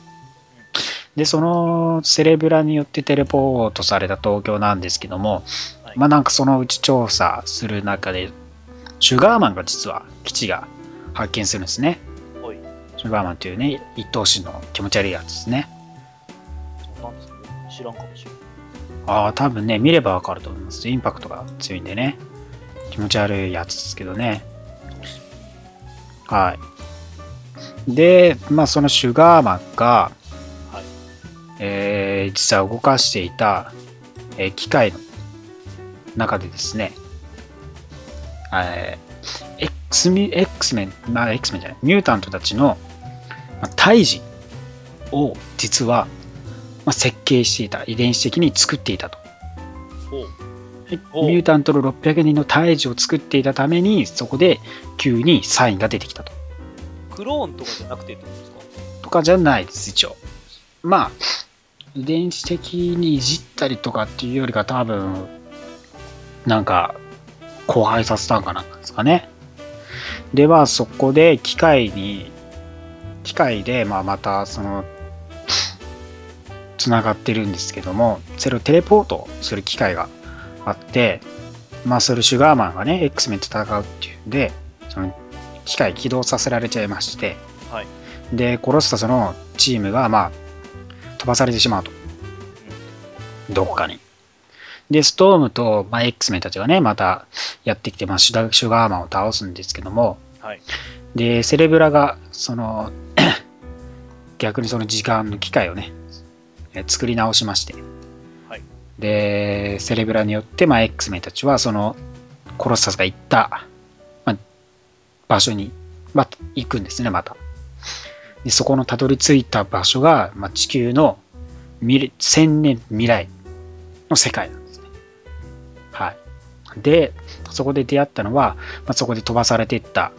Speaker 2: でそのセレブラによってテレポートされた東京なんですけども、
Speaker 3: はい
Speaker 2: まあなんかそのうち調査する中でシュガーマンが実は基地が発見するんですねシルバーマンというね、一等身の気持ち悪いやつですね。
Speaker 3: そうなんですけど、知らんかもしれない。
Speaker 2: ああ、多分ね、見ればわかると思います。インパクトが強いんでね。気持ち悪いやつですけどね。はい。で、まあ、そのシュガーマンが、
Speaker 3: はい
Speaker 2: えー実は動かしていた、えー機械の中でですね、えー、X ミ X メン、まあ、X メンじゃない、ミュータントたちのまあ胎児を実は、まあ、設計していた、遺伝子的に作っていたと。
Speaker 3: ほう。
Speaker 2: はい
Speaker 3: お
Speaker 2: ミュータントの600人の胎児を作っていたためにそこで急にサインが出てきたと
Speaker 3: クローンとかじゃなくてってことですか
Speaker 2: とかじゃないです一応まあ遺伝子的にいじったりとかっていうよりか多分なんか荒廃させたんかなんかですかねではそこで機械に機械で、まあ、またそのつながってるんですけどもそれをテレポートする機械があってまあそれシュガーマンがね X メンと戦うっていうんでその機械起動させられちゃいまして、
Speaker 3: はい
Speaker 2: で殺したそのチームがまあ飛ばされてしまうとどっかにでストームと、まあ、X メンたちがねまたやってきて、まあ、シュガシュガーマンを倒すんですけども、
Speaker 3: はい
Speaker 2: でセレブラがその逆にその時間の機械をねえ作り直しまして、
Speaker 3: はい
Speaker 2: でセレブラによって、まあ、X メンたちはそのコロッサスが行った、まあ、場所に、まあ、行くんですねまたでそこのたどり着いた場所が、まあ、地球の未来千年未来の世界なんですねはいでそこで出会ったのは、まあ、そこで飛ばされていった、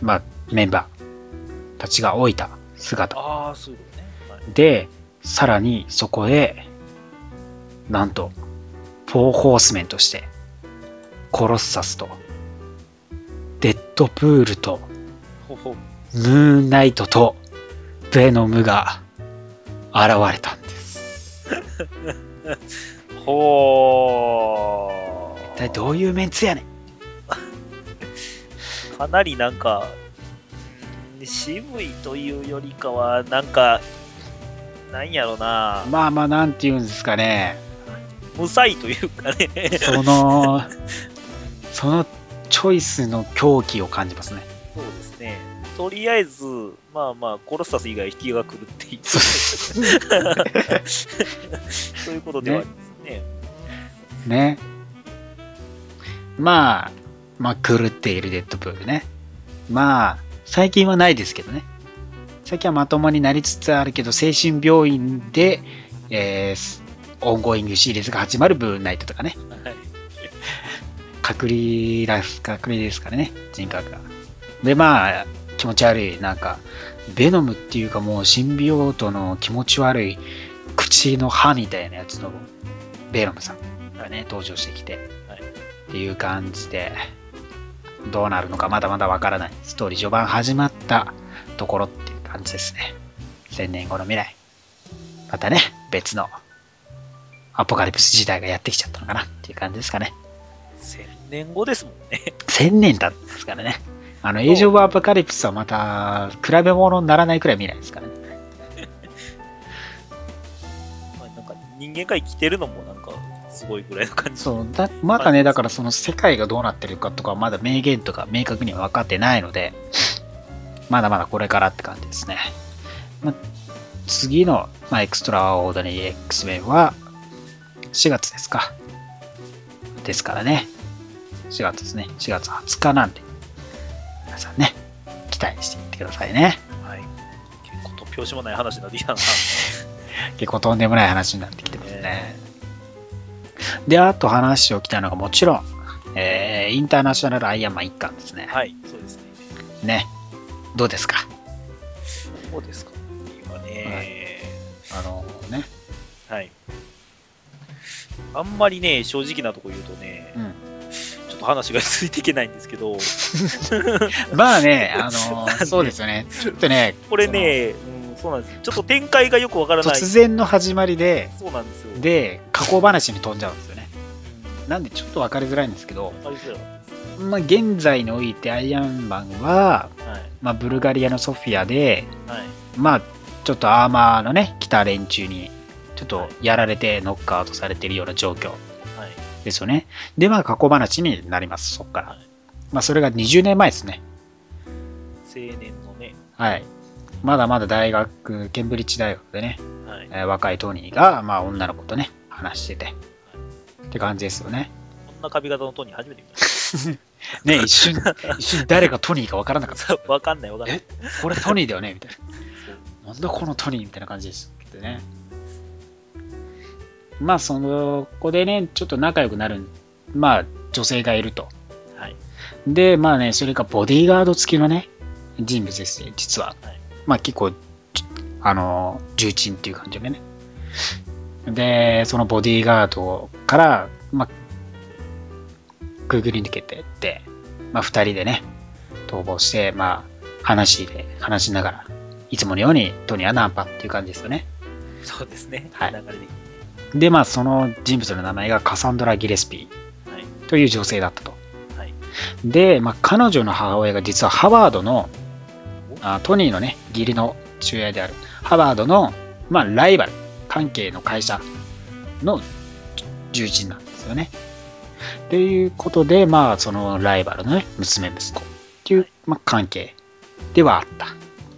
Speaker 2: まあ、メンバーたちが老いた姿
Speaker 3: ああ、そういうことね。はい、
Speaker 2: で、さらにそこへ、なんと、フォーホースメンとして、コロッサスと、デッドプールと、
Speaker 3: ほうほう。
Speaker 2: ムーンナイトと、ベノムが、現れたんです。
Speaker 3: ほ
Speaker 2: 一体
Speaker 3: ー
Speaker 2: どういうメンツやねん。
Speaker 3: かなりなんか、うん渋いというよりかは、なんか、なんやろな、
Speaker 2: まあまあ、なんて言うんですかね。
Speaker 3: 無才というかね。
Speaker 2: その、そのチョイスの狂気を感じますね。
Speaker 3: そうですね。とりあえず、まあまあ、コロッサス以外引きが来るって言って、そういうことではありますね。
Speaker 2: ね。まあ、まあ、狂っているデッドプールね。まあ、最近はないですけどね。最近はまともになりつつあるけど、精神病院で、えーすオンゴイングシリーズが始まるブーンナイトとかね。
Speaker 3: はい
Speaker 2: 隔離らす、隔離ですからね、人格が。で、まあ、気持ち悪い、なんか、ベノムっていうかもう、シンビオートの気持ち悪い、口の歯みたいなやつの、ベノムさんがね、登場してきて、
Speaker 3: はい
Speaker 2: っていう感じで、どうなるのかまだまだわからない。ストーリー序盤始まったところっていう感じですね。千年後の未来。またね、別の、アポカリプス時代がやってきちゃったのかなっていう感じですかね。
Speaker 3: 千年後ですもんね。
Speaker 2: 1000年経ってますからね。あの、エイジ・オブ・アポカリプスはまた、比べ物にならないくらい未来ですからね。
Speaker 3: まあなんか人間が生きてるのもなんかすごいぐらいの感じ。
Speaker 2: そう、だまだね、だからその世界がどうなってるかとか、まだ明言とか明確には分かってないので、 まだまだこれからって感じですね。まあ、次の、まあ、エクストラオーダリー X メンは、4月ですか。ですからね。4月ですね。4月20日なんで、皆さんね、期待していってくださいね。
Speaker 3: はい。結構突拍子もない話になってき たな。
Speaker 2: 結構とんでもない話になってきてますね。で、あと話しておきたいのがもちろん、えーインターナショナルアイアンマン一巻ですね。
Speaker 3: はい、そうですね。
Speaker 2: ね。どうですか
Speaker 3: そうですか。今ね、
Speaker 2: あのね。
Speaker 3: はい。あんまりね、正直なとこ言うとね、
Speaker 2: うん
Speaker 3: ちょっと話がついていけないんですけど、
Speaker 2: まあ ね、あの
Speaker 3: なんで
Speaker 2: そうですよね。ちょっとね、
Speaker 3: これね、うん、そうなんです。ちょっと展開がよくわから
Speaker 2: その、
Speaker 3: ない。
Speaker 2: 突
Speaker 3: そ
Speaker 2: 然の始まりで、
Speaker 3: うなんですよ。
Speaker 2: で、加工話に飛んじゃうんですよね。
Speaker 3: うん、
Speaker 2: なんでちょっと分かりづらいんですけど、
Speaker 3: わかりづらい。
Speaker 2: まあ、現在においてアイアンマンは、
Speaker 3: はい。
Speaker 2: まあ、ブルガリアのソフィアで、
Speaker 3: はい。
Speaker 2: まあ、ちょっとアーマーのね、来た連中に、ちょっとやられてノックアウトされてるような状況
Speaker 3: はい。
Speaker 2: ですよね。で、まあ、過去話になります、そっから
Speaker 3: はい。
Speaker 2: まあ、それが20年前ですね。
Speaker 3: 青年のね、
Speaker 2: はい。まだまだ大学、ケンブリッジ大学でね、
Speaker 3: はい。
Speaker 2: えー若いトニーが、まあ、女の子とね、話してて。って感じですよね。
Speaker 3: こんな髪型のトニー初めて見まし
Speaker 2: ね、一瞬、 一瞬誰がトニーか分からなかった。
Speaker 3: た。 わかんないわかんない。
Speaker 2: これトニーだよねみたいな。なんだこのトニーみたいな感じですけどね。まあ、その、ここでね、ちょっと仲良くなる、まあ、女性がいると。
Speaker 3: はい。
Speaker 2: で、まあね、それがボディーガード付きのね、人物ですね、実は。
Speaker 3: はい
Speaker 2: まあ結構、ちあの、重鎮っていう感じでね。で、そのボディーガードから、まあ、くぐり抜けてって、まあ二人でね、逃亡して、まあ、話で、話しながら、いつものようにトニーはナンパっていう感じですよね。
Speaker 3: そうですね。
Speaker 2: はい
Speaker 3: 流れで。
Speaker 2: で、まあその人物の名前がカサンドラ・ギレスピ
Speaker 3: はい。
Speaker 2: ーという女性だったと。
Speaker 3: はい。
Speaker 2: で、まあ、彼女の母親が実はハワードのあトニーのね義理の父親であるハワードの、まあ、ライバル関係の会社の重鎮なんですよね。ということで、まあ、そのライバルの、ね、娘息子っていう、まあ、関係ではあった。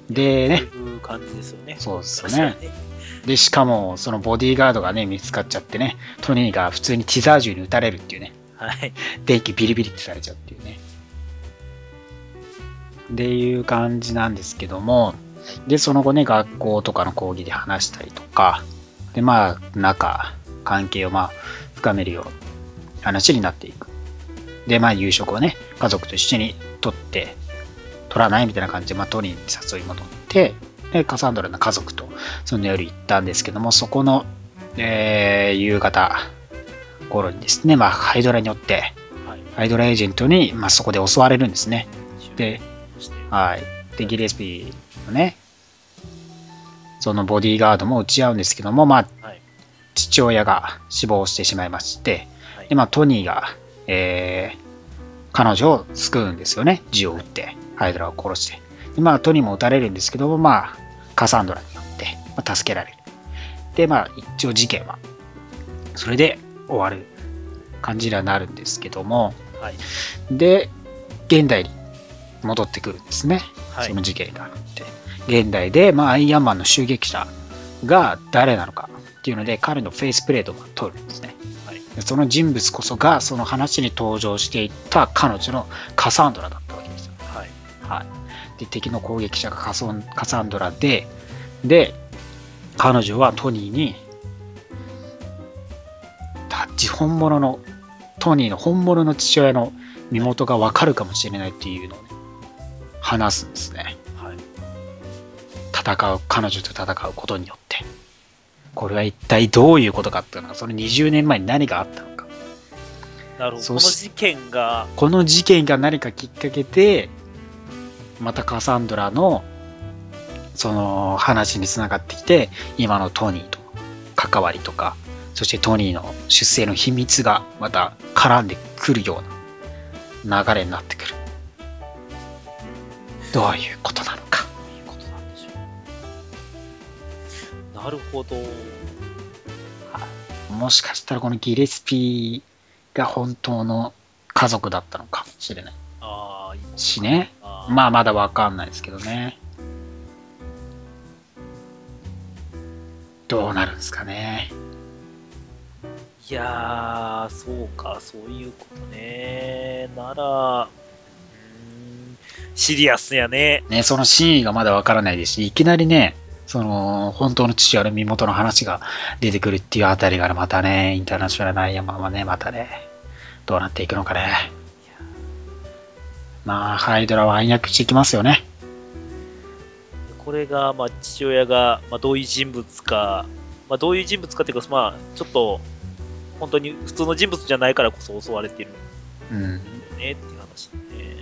Speaker 2: でね、
Speaker 3: そういう感じですよね。
Speaker 2: そうですよ
Speaker 3: 確
Speaker 2: ね
Speaker 3: か。にね。
Speaker 2: で、しかも、そのボディーガードがね、見つかっちゃってね、トニーが普通にティザー銃に撃たれるっていうね。
Speaker 3: はい。
Speaker 2: 電気ビリビリってされちゃうっていうね。っていう感じなんですけども、で、その後ね、学校とかの講義で話したりとか、で、まあ、仲、関係をまあ、深めるような話になっていく。で、まあ、夕食をね、家族と一緒に取って、取らないみたいな感じで、まあ、取りに誘い戻って、で、カサンドラの家族と、その夜行ったんですけども、そこの、えー夕方頃にですね、まあ、ハイドラによって、
Speaker 3: はい。
Speaker 2: アイドルエージェントに、まあ、そこで襲われるんですね。で、
Speaker 3: そして
Speaker 2: はい。で、ギレスピーのね、そのボディーガードも撃ち合うんですけども、まあ、
Speaker 3: はい。
Speaker 2: 父親が死亡してしまいまして、
Speaker 3: はい
Speaker 2: で、まあ、トニーが、えー、彼女を救うんですよね。銃を撃って、ハイドラを殺して。で、まあ、トニーも撃たれるんですけども、まあ、カサンドラによって、まあ、助けられる。で、まあ、一応事件は、それで終わる感じにはなるんですけども、
Speaker 3: はい。
Speaker 2: で、現代に戻ってくるんですね。
Speaker 3: はい
Speaker 2: その事件があって。現代で、まあ、アイアンマンの襲撃者が誰なのかっていうので、彼のフェイスプレートを取るんですね。
Speaker 3: はい
Speaker 2: でその人物こそが、その話に登場していった彼女のカサンドラだったわけですよ。
Speaker 3: はい。
Speaker 2: はい、で敵の攻撃者がカソンカサンドラで、で、彼女はトニーに、タッチ本物の、トニーの本物の父親の身元がわかるかもしれないっていうのをね、話すんですね。
Speaker 3: はい。
Speaker 2: 戦う、彼女と戦うことによって。これは一体どういうことかっていうのは、その20年前に何があったのか。
Speaker 3: なるほど。こ
Speaker 2: そ
Speaker 3: の
Speaker 2: し
Speaker 3: 事件が、
Speaker 2: この事件が何かきっかけでまたカサンドラのその話につながってきて今のトニーとの関わりとかそしてトニーの出生の秘密がまた絡んでくるような流れになってくるどういうことなのか
Speaker 3: どういうことなんでしょう。なるほど。
Speaker 2: もしかしたらこのギレスピーが本当の家族だったのかもしれない
Speaker 3: ああ、今。
Speaker 2: しね
Speaker 3: あー
Speaker 2: まあまだわかんないですけどね。どうなるんですかね。
Speaker 3: いやー、そうか、そういうことね。なら、うーんシリアスやね。
Speaker 2: ね、その真意がまだわからないですし、いきなりね、その本当の父親の身元の話が出てくるっていうあたりからまたね、インターナショナルなイヤマンはね、またね、どうなっていくのかね。まあ、ハイドラは暗躍していきますよね。
Speaker 3: これが、まあ、父親が、まあ、どういう人物か、まあ、どういう人物かっていうか、まあ、ちょっと、本当に普通の人物じゃないからこそ襲われてるん
Speaker 2: うん。
Speaker 3: だよねっていう話で、ね。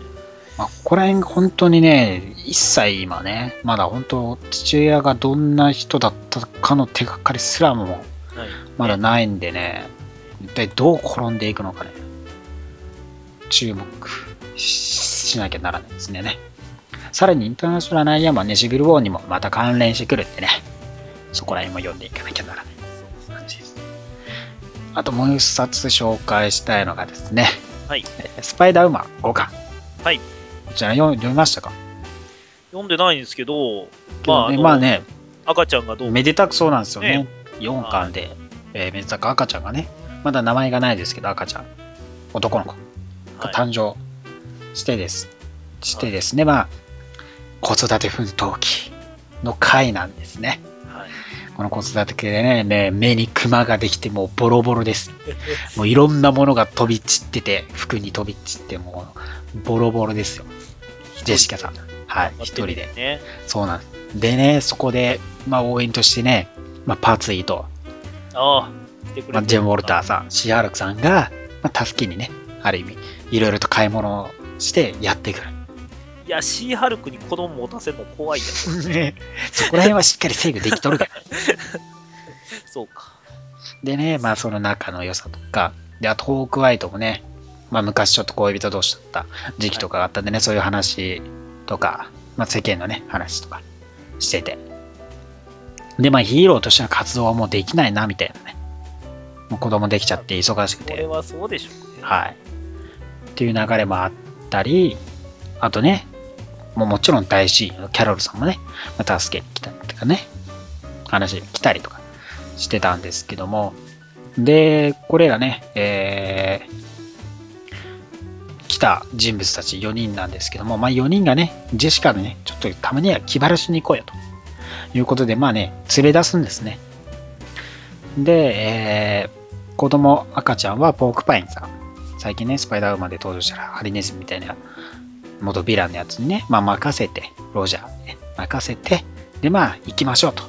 Speaker 2: まあ、ここら辺が本当にね、一切今ね、まだ本当、父親がどんな人だったかの手がかりすらも
Speaker 3: はい。
Speaker 2: まだないんでね、一体どう転んでいくのかね。注目ししなきゃならないですね。さらにインターナショナルナイアンはね、シビル・ウォーにもまた関連してくるんでね、そこら辺も読んでいかなきゃならない感じです。あともう一冊紹介したいのがですね、
Speaker 3: はい
Speaker 2: えースパイダーウーマン5巻。
Speaker 3: はい
Speaker 2: こちら読読みましたか
Speaker 3: 読んでないんですけど、
Speaker 2: ま
Speaker 3: まあ
Speaker 2: あ、
Speaker 3: あ
Speaker 2: ね
Speaker 3: の
Speaker 2: まあね、
Speaker 3: 赤ちゃんがどう
Speaker 2: めでたくそうなんですよね。
Speaker 3: ね
Speaker 2: 4巻で、えーめでたく赤ちゃんがね、まだ名前がないですけど、赤ちゃん、男の子が
Speaker 3: はい
Speaker 2: 誕生してです、してですね、まあ、子育て奮闘記の回なんですね。
Speaker 3: はい
Speaker 2: この子育て系でねね、目にクマができてもうボロボロです。もういろんなものが飛び散ってて、服に飛び散ってもうボロボロですよ。ジェシカさん。はい、一人で。
Speaker 3: ね。
Speaker 2: そうなんです。でね、そこで、まあ、応援としてね、まあ、パーツイーと、
Speaker 3: ああ、来てくれてる
Speaker 2: まあ、ジェーム・ウォルターさん、シアールクさんが、まあ、助けにね、ある意味、いろいろと買い物をしてやってく
Speaker 3: いや、シーハルクに子供持たせるの怖いやつ。
Speaker 2: る。ねそこら辺はしっかり制御できとるから。
Speaker 3: そうか。
Speaker 2: でね、まあ、その仲の良さとか、で、あと、ホーク・ワイトもね、まあ、昔ちょっと恋人同士だった時期とかがあったんでね、そういう話とか、まあ、世間のね、話とかしてて。で、まあ、ヒーローとしての活動はもうできないな、みたいなね。もう子供できちゃって忙しく
Speaker 3: これ
Speaker 2: て、
Speaker 3: はそうでしょうね。
Speaker 2: はい。っていう流れもあったり、あとね、もうもちろん大親友のキャロルさんもね、まあ、助けに来たりとかね、話に来たりとかしてたんですけども、で、これらね、えー来た人物たち4人なんですけども、まあ4人がね、ジェシカのね、ちょっとたまには気晴らしに行こうよということで、まあね、連れ出すんですね。で、えー子供赤ちゃんはポークパインさん。最近ね、スパイダーウーマンで登場したら、ハリネズミみたいな元ヴィランのやつにね、まあ任せて、ロジャーにね、任せて、で、まあ行きましょうと。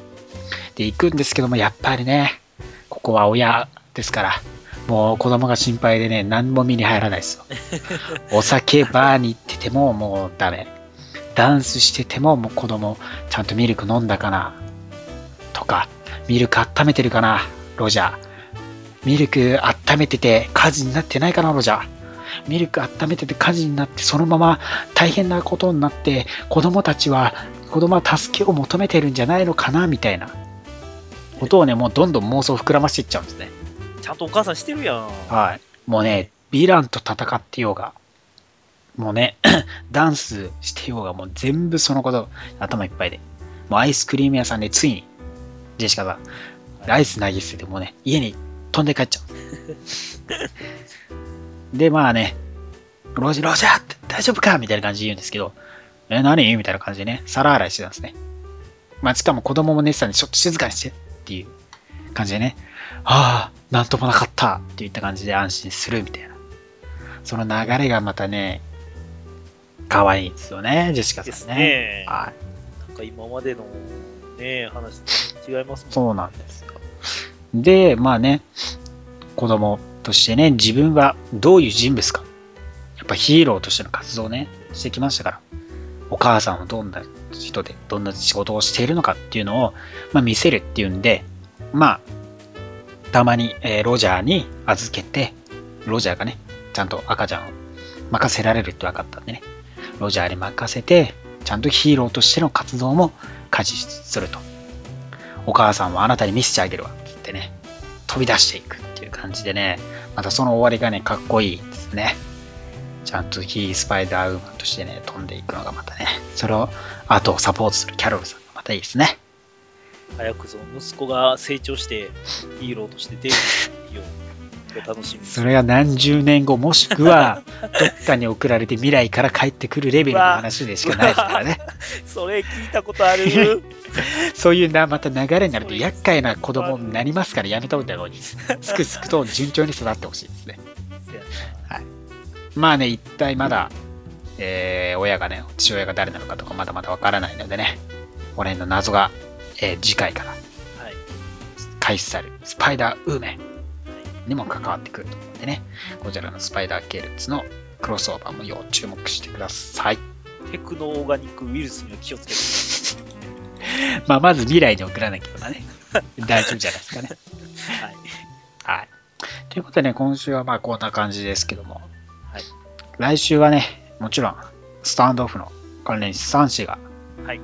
Speaker 2: で、行くんですけども、やっぱりね、ここは親ですから、もう子供が心配でね、何も身に入らないですよ。お酒バーに行っててももうダメ。ダンスしててももう子供ちゃんとミルク飲んだかなとか、ミルク温めてるかなロジャー。ミルク温めてて火事になってないかなロジャー。ミルク温めてて火事になってそのまま大変なことになって子供たちは子供は助けを求めてるんじゃないのかなみたいなことをねもうどんどん妄想を膨らましていっちゃうんですね。
Speaker 3: ちゃんとお母さんしてるやん。
Speaker 2: はい。もうね、ヴィランと戦ってようが、もうね、 ダンスしてようが、もう全部そのこと、頭いっぱいで。もうアイスクリーム屋さんでついに、ジェシカさん、アイス投げ捨てて、もうね、家に飛んで帰っちゃう。で、まあね、ロジロジャーって大丈夫かみたいな感じで言うんですけど、え、何みたいな感じでね、皿洗いしてたんですね。まあ、しかも子供も寝てたんで、ちょっと静かにしてっていう感じでね、ああ、なんともなかったっていった感じで安心するみたいな。その流れがまたね、可愛いんですよね、ジェシカさん
Speaker 3: ですね。
Speaker 2: はい。
Speaker 3: なんか今までのね、話と違いますもん
Speaker 2: そうなんですよ。で、まあね、子供としてね、自分はどういう人物か。やっぱヒーローとしての活動をね、してきましたから。お母さんはどんな人で、どんな仕事をしているのかっていうのを、まあ、見せるっていうんで、まあ、たまに、えーロジャーに預けて、ロジャーがね、ちゃんと赤ちゃんを任せられるって分かったんでね、ロジャーに任せて、ちゃんとヒーローとしての活動も開始すると。お母さんはあなたに見せてあげるわって言ってね、飛び出していくっていう感じでね、またその終わりがね、かっこいいですね。ちゃんとヒースパイダーウーマンとしてね、飛んでいくのがまたね、それを後をサポートするキャロルさんがまたいいですね。
Speaker 3: 早くその息子が成長してヒーローとしてデビューするよう楽しみに
Speaker 2: それが何十年後、もしくは、どっかに送られて未来から帰ってくるレベルの話でしかないですからね。
Speaker 3: それ聞いたことあ る
Speaker 2: そういうな、また流れになると厄介な子供になりますからやめた方がいいです。すくすくと順調に育ってほしいですね。まあね、一体まだ、えー親がね、父親が誰なのかとかまだまだわからないのでね、この辺の謎が、えー次回から
Speaker 3: はい
Speaker 2: 開始されるスパイダーウーメンにも関わってくると思うんでね、こちらのスパイダー系列のクロスオーバーも要注目してください。
Speaker 3: テクノオーガニックウイルスには気をつけて
Speaker 2: まあ、まず未来に送らなきゃね、大丈夫じゃないですかね。
Speaker 3: はい
Speaker 2: はい。ということでね、今週はまあこんな感じですけども、
Speaker 3: はい
Speaker 2: 来週はね、もちろん、スタンドオフの関連3誌が、
Speaker 3: はい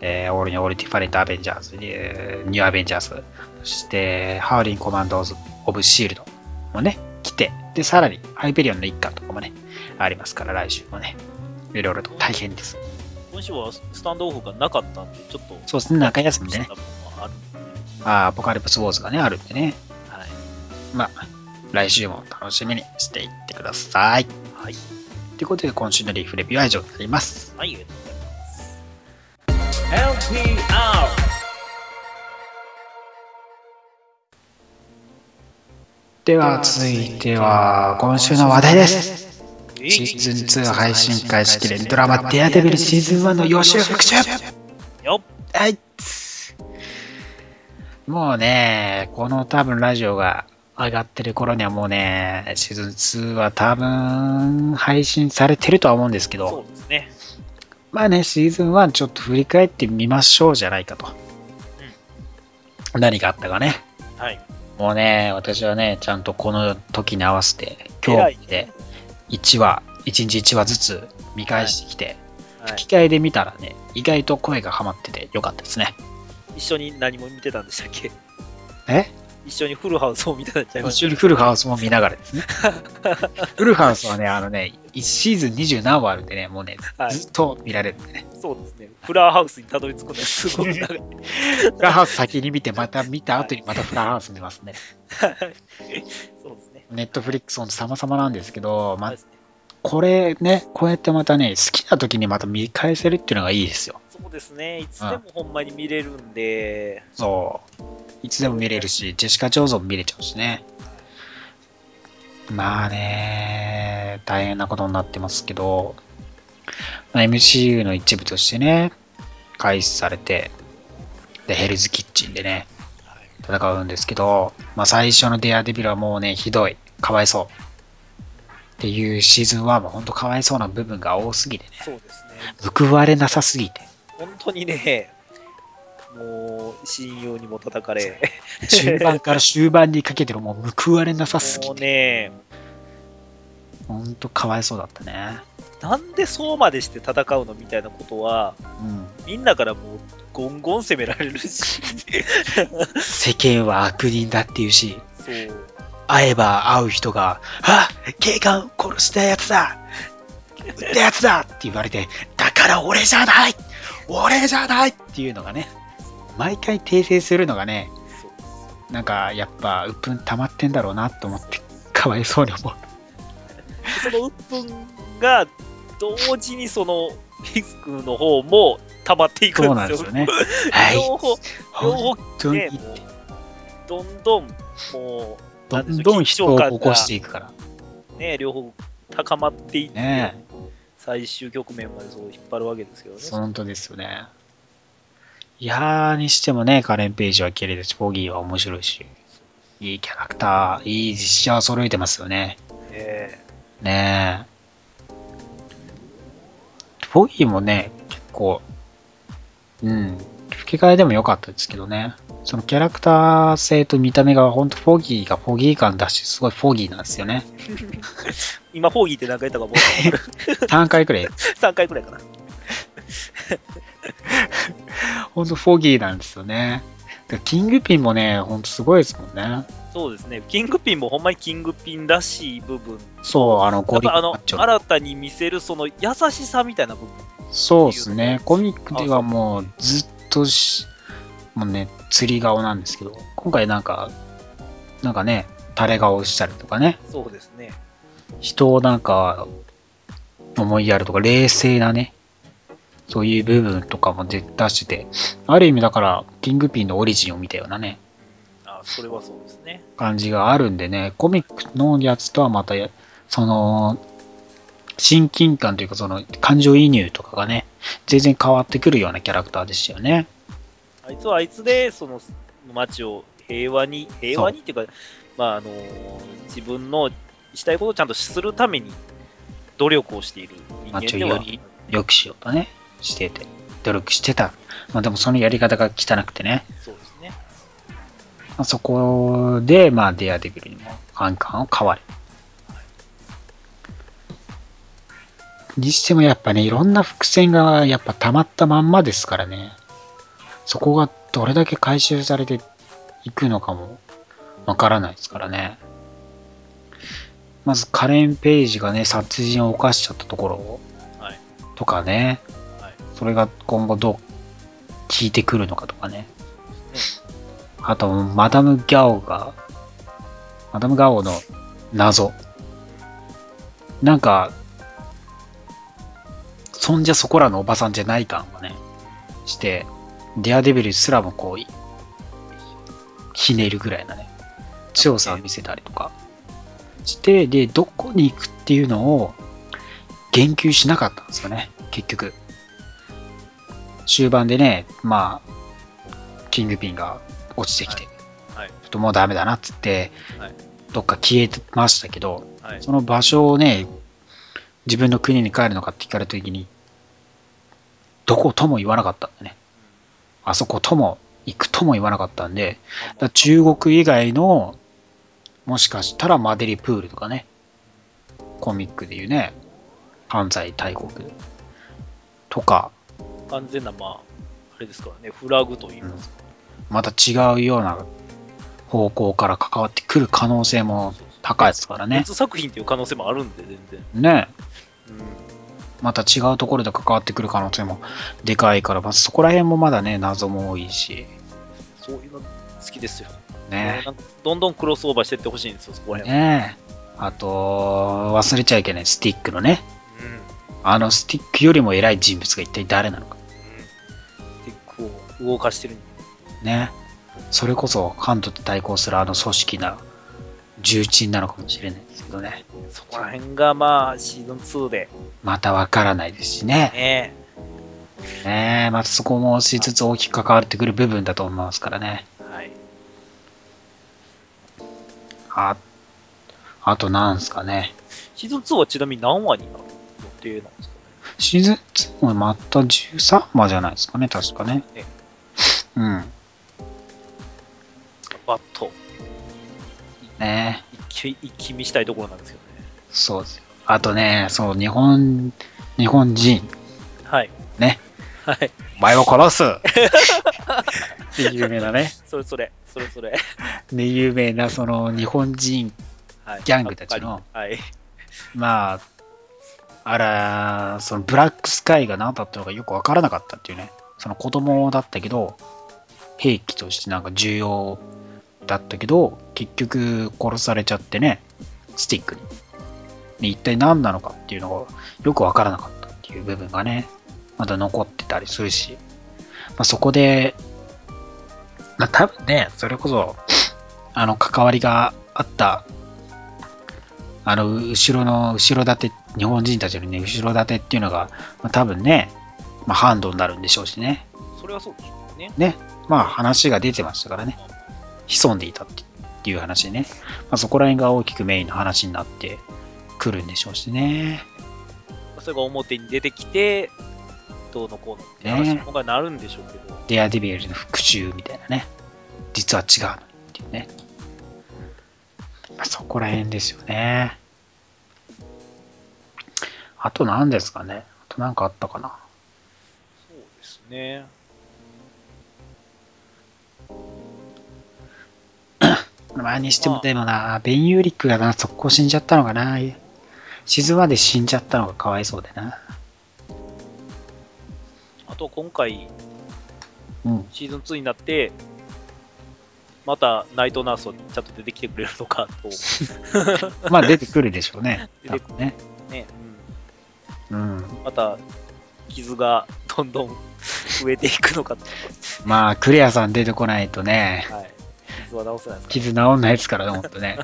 Speaker 2: えーオールにオールディファレントアベンジャーズ、えーニューアベンジャーズ、そして、ハウリンコマンドーズ・オブ・シールドもね、来て、で、さらに、ハイペリオンの一巻とかもね、ありますから、来週もね、いろいろと大変です。
Speaker 3: 今週はスタンドオフがなかったんで、ちょっと、
Speaker 2: そうですね、中休みでね、
Speaker 3: あるんでね
Speaker 2: あーアポカリプス・ウォーズがね、あるんでね、
Speaker 3: はい。
Speaker 2: まあ、来週も楽しみにしていってください。
Speaker 3: はい。
Speaker 2: ということで、今週のリーフレビューは以上になります。
Speaker 3: はい、ありがとうございます。
Speaker 1: LPR
Speaker 2: では、続いては、今週の話題です。
Speaker 3: えい
Speaker 2: シーズン2配信開始記念ドラマ「デアデビルシーズン1」の予習復習
Speaker 3: よっ
Speaker 2: はいもうねこの多分ラジオが上がってる頃にはもうねシーズン2は多分配信されてるとは思うんですけ
Speaker 3: そ
Speaker 2: ど
Speaker 3: うですね。
Speaker 2: まあねシーズン1ちょっと振り返ってみましょうじゃないかと、何があったかね
Speaker 3: はい。
Speaker 2: もうね私はねちゃんとこの時に合わせて今
Speaker 3: 偉い
Speaker 2: 日で1話1日1話ずつ見返してきて、
Speaker 3: はい、
Speaker 2: 吹き替えで見たらね、意外と声がハマっててよかったですね。
Speaker 3: 一緒に何も見てたんでしたっけ
Speaker 2: え
Speaker 3: 一緒にフルハウスを見てたんちゃいま
Speaker 2: 一
Speaker 3: した
Speaker 2: 緒にフルハウスも見ながらです ね。フルハウスはね、あのね、1シーズン20何話あるんでね、もうね、
Speaker 3: はい
Speaker 2: ずっと見られるんでね。
Speaker 3: そうですね。フラーハウスにたどり着くのはすご く長い。
Speaker 2: フラハウス先に見て、また見た後にまたフラハウス見ますね。
Speaker 3: そうですね。
Speaker 2: ネットフリックスほんと様々なんですけど、
Speaker 3: そう
Speaker 2: ま
Speaker 3: で、すね
Speaker 2: これね、こうやってまたね、好きな時にまた見返せるっていうのがいいですよ。
Speaker 3: そうですね。いつでもほんまに見れるんで、
Speaker 2: そう。いつでも見れるし、ジェシカ・ジョーズも見れちゃうしね。まあね、大変なことになってますけど、まあ MCU の一部としてね、開始されて、で、ヘルズキッチンでね、戦うんですけど、まあ最初のデアデビルはもうね、ひどい、かわいそう。っていうシーズン1も本当かわいそうな部分が多すぎて ね、
Speaker 3: そうですね。
Speaker 2: 報われなさすぎて、
Speaker 3: 本当にね、もう親友にも叩かれ、
Speaker 2: 中盤から終盤にかけてもう報われなさすぎ
Speaker 3: もう
Speaker 2: て。
Speaker 3: ね、
Speaker 2: ほんとかわいそうだったね。
Speaker 3: なんでそうまでして戦うのみたいなことは、
Speaker 2: うん。
Speaker 3: みんなからもうゴンゴン責められ るし、
Speaker 2: 世間は悪人だっていうし、
Speaker 3: そう。
Speaker 2: 会えば会う人が、あ警官殺したやつだ撃ったやつだって言われて、だから俺じゃない俺じゃないっていうのがね、毎回訂正するのがね、
Speaker 3: そう
Speaker 2: なんかやっぱ鬱憤溜まってんだろうなと思って、かわいそうに思う。
Speaker 3: その鬱憤が同時にそのリスクの方も溜まっていく
Speaker 2: そうんなん
Speaker 3: で
Speaker 2: です
Speaker 3: すよ。
Speaker 2: よね。はい。
Speaker 3: 両方、両
Speaker 2: 本
Speaker 3: 方
Speaker 2: 当
Speaker 3: ね、
Speaker 2: に、
Speaker 3: もうどんどん、も
Speaker 2: どんどん人を起こしていくから。
Speaker 3: うね、両方高まっていって、
Speaker 2: ね
Speaker 3: 最終局面までそう引っ張るわけですけどね。
Speaker 2: 本当ですよね。いやー、にしてもね、カレン・ページは綺麗だし、ボギーは面白いし、いいキャラクター、いい実写は揃えてますよね。
Speaker 3: え
Speaker 2: ねえ。ボギーもね、結構、うん、吹き替えでも良かったですけどね。そのキャラクター性と見た目が、ほんとフォギーがフォギー感だし、すごいフォギーなんですよね。
Speaker 3: 今、フォーギーって何回言ったかもう
Speaker 2: 3回くらい
Speaker 3: 3回くらいかな。
Speaker 2: ほんとフォギーなんですよね。でキングピンもね、ほんとすごいですもんね。
Speaker 3: そうですね、キングピンもほんまにキングピンらしい部分。
Speaker 2: そう、あの、
Speaker 3: や
Speaker 2: ゴ
Speaker 3: っ
Speaker 2: リ
Speaker 3: ぱあ
Speaker 2: マ
Speaker 3: の
Speaker 2: ッチョの。
Speaker 3: 新たに見せるその優しさみたいな部分
Speaker 2: そうですね。コミック
Speaker 3: あ
Speaker 2: ではもうずっとし、もうね、釣り顔なんですけど、今回なんか、なんかね、垂れ顔したりとかね、
Speaker 3: そうですね
Speaker 2: 人をなんか、思いやるとか、冷静なね、そういう部分とかも出してて、ある意味だから、キングピンのオリジンを見たようなね、
Speaker 3: あそれはそうですね
Speaker 2: 感じがあるんでね、コミックのやつとはまたや、その、親近感というか、その、感情移入とかがね、全然変わってくるようなキャラクターでしたよね。
Speaker 3: あいつはあいつでその街を平和に平和にっていうかまああの自分のしたいことをちゃんとするために努力をしている人間で
Speaker 2: 街を
Speaker 3: は
Speaker 2: よりよくしようとね、してて、努力してた。まあでもそのやり方が汚くてね、
Speaker 3: そうですね
Speaker 2: まあそこで、まあ、デアデビルにも反感を買われ。にしてもやっぱね、いろんな伏線がやっぱ溜まったまんまですからね。そこがどれだけ回収されていくのかもわからないですからね。まずカレン・ペイジがね、殺人を犯しちゃったところを、
Speaker 3: はい
Speaker 2: とかね、
Speaker 3: はい
Speaker 2: それが今後どう効いてくるのかとかね。あと、マダム・ギャオが、マダム・ガオの謎。なんか、そんじゃそこらのおばさんじゃない感がね、して、デアデビルすらもこう、いひねるぐらいなね、強さを見せたりとかして、で、どこに行くっていうのを言及しなかったんですよね、結局。終盤でね、まあ、キングピンが落ちてきて、
Speaker 3: はいはい
Speaker 2: ちょっともうダメだなっつって、
Speaker 3: はい
Speaker 2: どっか消えてましたけど、
Speaker 3: はい。
Speaker 2: その場所をね、自分の国に帰るのかって聞かれた時に、どことも言わなかったんだね。あそことも行くとも言わなかったんで、だから中国以外の、もしかしたらマデリプールとかね、コミックでいうね、犯罪大国とか、
Speaker 3: 完全な、まあ、あれですからね、フラグと言いますか。
Speaker 2: また違うような方向から関わってくる可能性も高いですからね。
Speaker 3: 別作品という可能性もあるんで、全然。
Speaker 2: ね。
Speaker 3: うん
Speaker 2: また違うところで関わってくる可能性もでかいから、まあ、そこら辺もまだね、謎も多いし、
Speaker 3: そういうの好きですよ。
Speaker 2: ね。
Speaker 3: なんかどんどんクロスオーバーしてってほしいんですよ、そこら辺。
Speaker 2: ねあと、忘れちゃいけないスティックのね、
Speaker 3: うん。
Speaker 2: あのスティックよりも偉い人物が一体誰なのか。
Speaker 3: テックを動かしてる
Speaker 2: ね。それこそ、関東と対抗するあの組織な重鎮なのかもしれないですけどね。
Speaker 3: そこら辺がまあシーズン2で、
Speaker 2: またわからないですしね。
Speaker 3: ね、
Speaker 2: ねまたそこもしつつ大きく関わってくる部分だと思いますからね。
Speaker 3: はい、
Speaker 2: あ、あとなんですかね。
Speaker 3: シーズン2はちなみに何話になる予定なんですか
Speaker 2: シーズン2もまた13話じゃないですかね、確かね
Speaker 3: ね。
Speaker 2: うん。
Speaker 3: ねバッと
Speaker 2: ね
Speaker 3: 一気一気見したいところなんですけどね。
Speaker 2: そうです。あとね、そう、日本、日本人、
Speaker 3: はい。
Speaker 2: ね。
Speaker 3: はい。
Speaker 2: お前を殺すって有名なね。
Speaker 3: それそれ、それそれ。
Speaker 2: で、有名な、その、日本人、
Speaker 3: はい、
Speaker 2: ギャングたちの。
Speaker 3: はい。
Speaker 2: まあ、あら、その、ブラックスカイが何だったのかよくわからなかったっていうね。その子供だったけど、兵器としてなんか重要だったけど、結局殺されちゃってね、スティックに。で一体何なのかっていうのがよくわからなかったっていう部分がね、まだ残ってたりするし、まあ、そこで、まあ多分ね、それこそ、あの、関わりがあった、あの、後ろの、後ろ盾、日本人たちのね、後ろ盾っていうのが、まあ、多分ね、まあ、ハンドになるんでしょうしね。
Speaker 3: それはそうでしょうね。
Speaker 2: まあ話が出てましたからね、潜んでいたっていう話でね、まあ、そこら辺が大きくメインの話になってくるんでしょうしね。
Speaker 3: それが表に出てきて、どうのこうのって話の方がなるんでしょうけど、
Speaker 2: デアデビルの復讐みたいなね、実は違うのにっていうね。まあ、そこら辺ですよね。あと何ですかねあと何かあったかな
Speaker 3: そうですね。
Speaker 2: まあにしてもでもな、ベン・ユーリックがな、速攻死んじゃったのかな。シーズン1で死んじゃったのがかわいそうでな。
Speaker 3: あと今回、
Speaker 2: うん。
Speaker 3: シーズン2になって、またナイトナースにちゃんと出てきてくれるのかと。
Speaker 2: まあ出てくるでしょうね。
Speaker 3: 出
Speaker 2: 多
Speaker 3: てく
Speaker 2: 分ね。
Speaker 3: ね、
Speaker 2: うん。
Speaker 3: うん、また傷がどんどん増えていくのかと、
Speaker 2: まあ、クレアさん出てこないとね、
Speaker 3: はい、傷は治せないですか
Speaker 2: 傷治んないですからね、ほんと ね。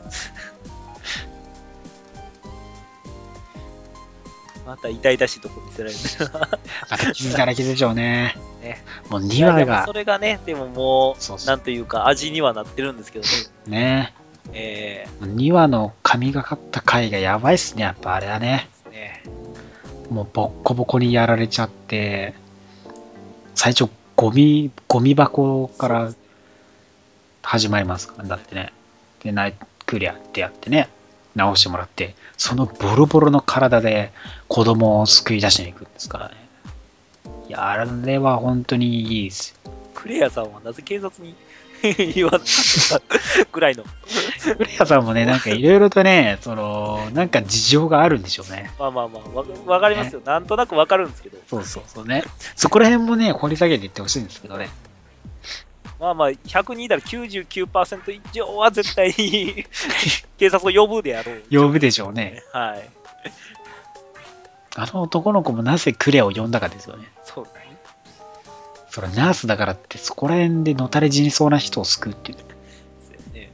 Speaker 3: また痛々しいとこ見 せられる
Speaker 2: また傷だらけでしょうね。
Speaker 3: ね
Speaker 2: もう
Speaker 3: い
Speaker 2: 2
Speaker 3: や
Speaker 2: 話
Speaker 3: でもそ
Speaker 2: が、
Speaker 3: れがねでもも
Speaker 2: そう
Speaker 3: う
Speaker 2: そ
Speaker 3: な
Speaker 2: うん
Speaker 3: というか味にはなってるんですけどね、
Speaker 2: ね。
Speaker 3: え
Speaker 2: 2話の神がかった回がやばいっすね、やっぱあれはね。
Speaker 3: ーね
Speaker 2: もうボッコボコにやられちゃって、最初、ゴミ、ゴミ箱から始まりますから、だってね。で、ナイクリアってやってね。直してもらって、そのボロボロの体で子供を救い出しに行くんですからね。いや、あれは本当にいいですよ。
Speaker 3: クレアさんはなぜ警察に 言わなかったぐらいの、
Speaker 2: クレアさんもね、なんかいろいろとね、 その、なんか事情があるんでしょうね。
Speaker 3: まあまあまあ、わわかりますよ。なんとなくわかるんですけど、
Speaker 2: そうそうそうね。そこら辺もね、掘り下げていってほしいんですけどね。
Speaker 3: まあまあ、100人いたら99%以上は絶対に 警察を呼ぶであろう。
Speaker 2: 呼ぶでしょうね。
Speaker 3: はい。
Speaker 2: あの男の子もなぜクレアを呼んだかですよね。
Speaker 3: そうだね。
Speaker 2: それナースだからって、そこら辺でのたれ死にそうな人を救うっていうね。
Speaker 3: そうですね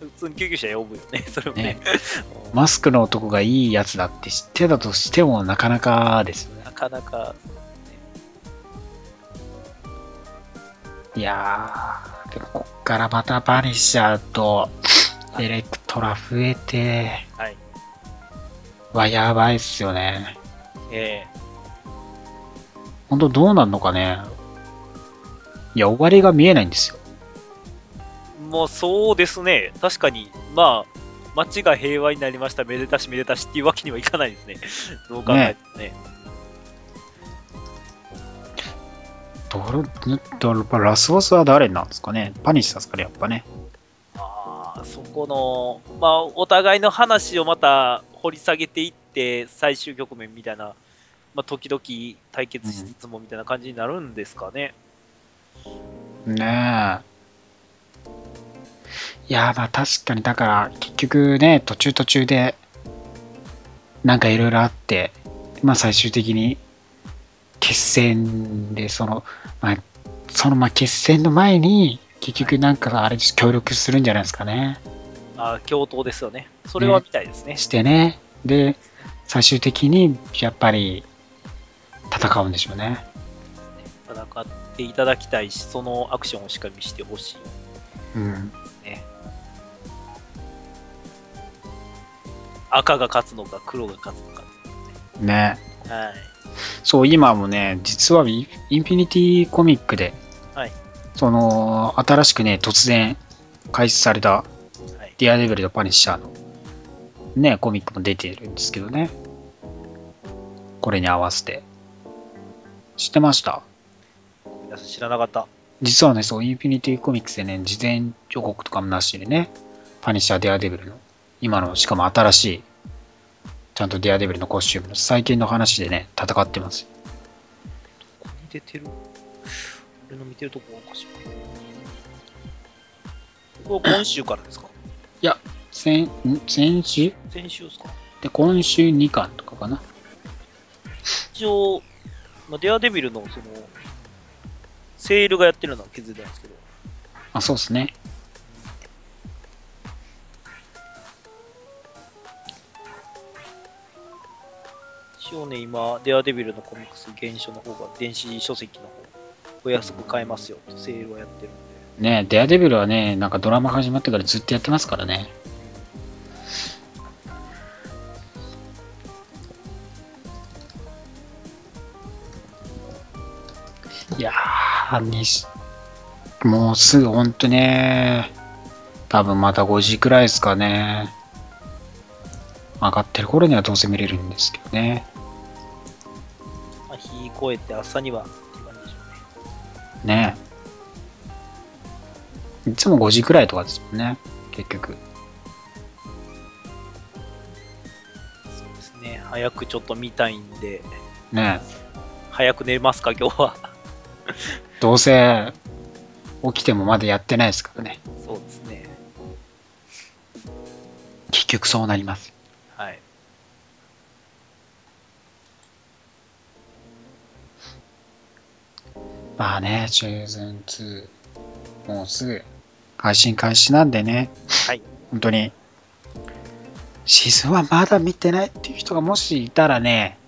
Speaker 3: 普通に救急車呼ぶよね、 それもね
Speaker 2: ね。マスクの男がいいやつだって知ってたとしても、なかなかですよね。
Speaker 3: なかなか、
Speaker 2: いやー、でもこっからまたバニッシャーと、エレクトラ増えて、
Speaker 3: はい。
Speaker 2: はやばいっすよね。
Speaker 3: ええ
Speaker 2: ほんとどうなんのかね。いや、終わりが見えないんですよ。
Speaker 3: もうそうですね、確かに、まあ、街が平和になりました、めでたしめでたしっていうわけにはいかないですね。 どう考えてもね。
Speaker 2: どれ、どれやっぱラスボスは誰なんですかね。パニッシャーですから、やっぱね。
Speaker 3: まあ、そこの、まあ、お互いの話をまた掘り下げていって、最終局面みたいな、まあ、時々対決しつつもみたいな感じになるんですかね。
Speaker 2: ねえ。いや、まあ確かに、だから、結局ね、途中途中で、なんかいろいろあって、まあ最終的に、決戦で、その、まあ、そのまあ決戦の前に、結局なんかあれです、協力するんじゃないですかね。
Speaker 3: あ共闘ですよね。それはみたいですね。
Speaker 2: してね。で、最終的に、やっぱり、戦うんでしょうね。
Speaker 3: 戦っていただきたいし、そのアクションをしっかり見せてほしい。
Speaker 2: うん。
Speaker 3: 赤が勝つのか、黒が勝つのか。
Speaker 2: ね
Speaker 3: はい。
Speaker 2: そう、今もね、実はインインフィニティコミックで、
Speaker 3: はい
Speaker 2: その、新しくね、突然開始された、
Speaker 3: はい
Speaker 2: ディアデビルとパニッシャーの、ね、コミックも出てるんですけどね。これに合わせて。知ってました
Speaker 3: 皆さん知らなかった。
Speaker 2: 実はね、そう、インフィニティコミックスでね、事前予告とかもなしでね、パニッシャー、ディアデビルの、今の、しかも新しい、ちゃんとディアデビルのコスチュームの最近の話でね、戦ってます。
Speaker 3: ここに出てる俺の見てるとこおかしい。これ今週からですか
Speaker 2: 先、ん先週
Speaker 3: 先週ですか
Speaker 2: で、今週2巻とかかな。
Speaker 3: 一応、まあ、デアデビルのその、セールがやってるのは気づいたんですけど、
Speaker 2: あ、そうですね。
Speaker 3: 一応ね、今、デアデビルのコミックス原書の方が、電子書籍の方、お安く買えますよとセールはやってるんで、
Speaker 2: ねデアデビルはね、なんかドラマ始まってからずっとやってますからね。いやー、にし、もうすぐほんとね、多分また5時くらいですかね。上がってる頃にはどうせ見れるんですけどね。
Speaker 3: まあ、日越えて朝にはっていう感じでしょうね。
Speaker 2: ねいつも5時くらいとかですもんね結局
Speaker 3: そうですね、早くちょっと見たいんで、
Speaker 2: ね
Speaker 3: 早く寝ますか、今日は。
Speaker 2: どうせ起きてもまだやってないですからね
Speaker 3: そうですね。
Speaker 2: 結局そうなります
Speaker 3: はい。
Speaker 2: まあねシーズン2もうすぐ配信開始なんでね
Speaker 3: はい
Speaker 2: 本当にシーズンはまだ見てないっていう人がもしいたらね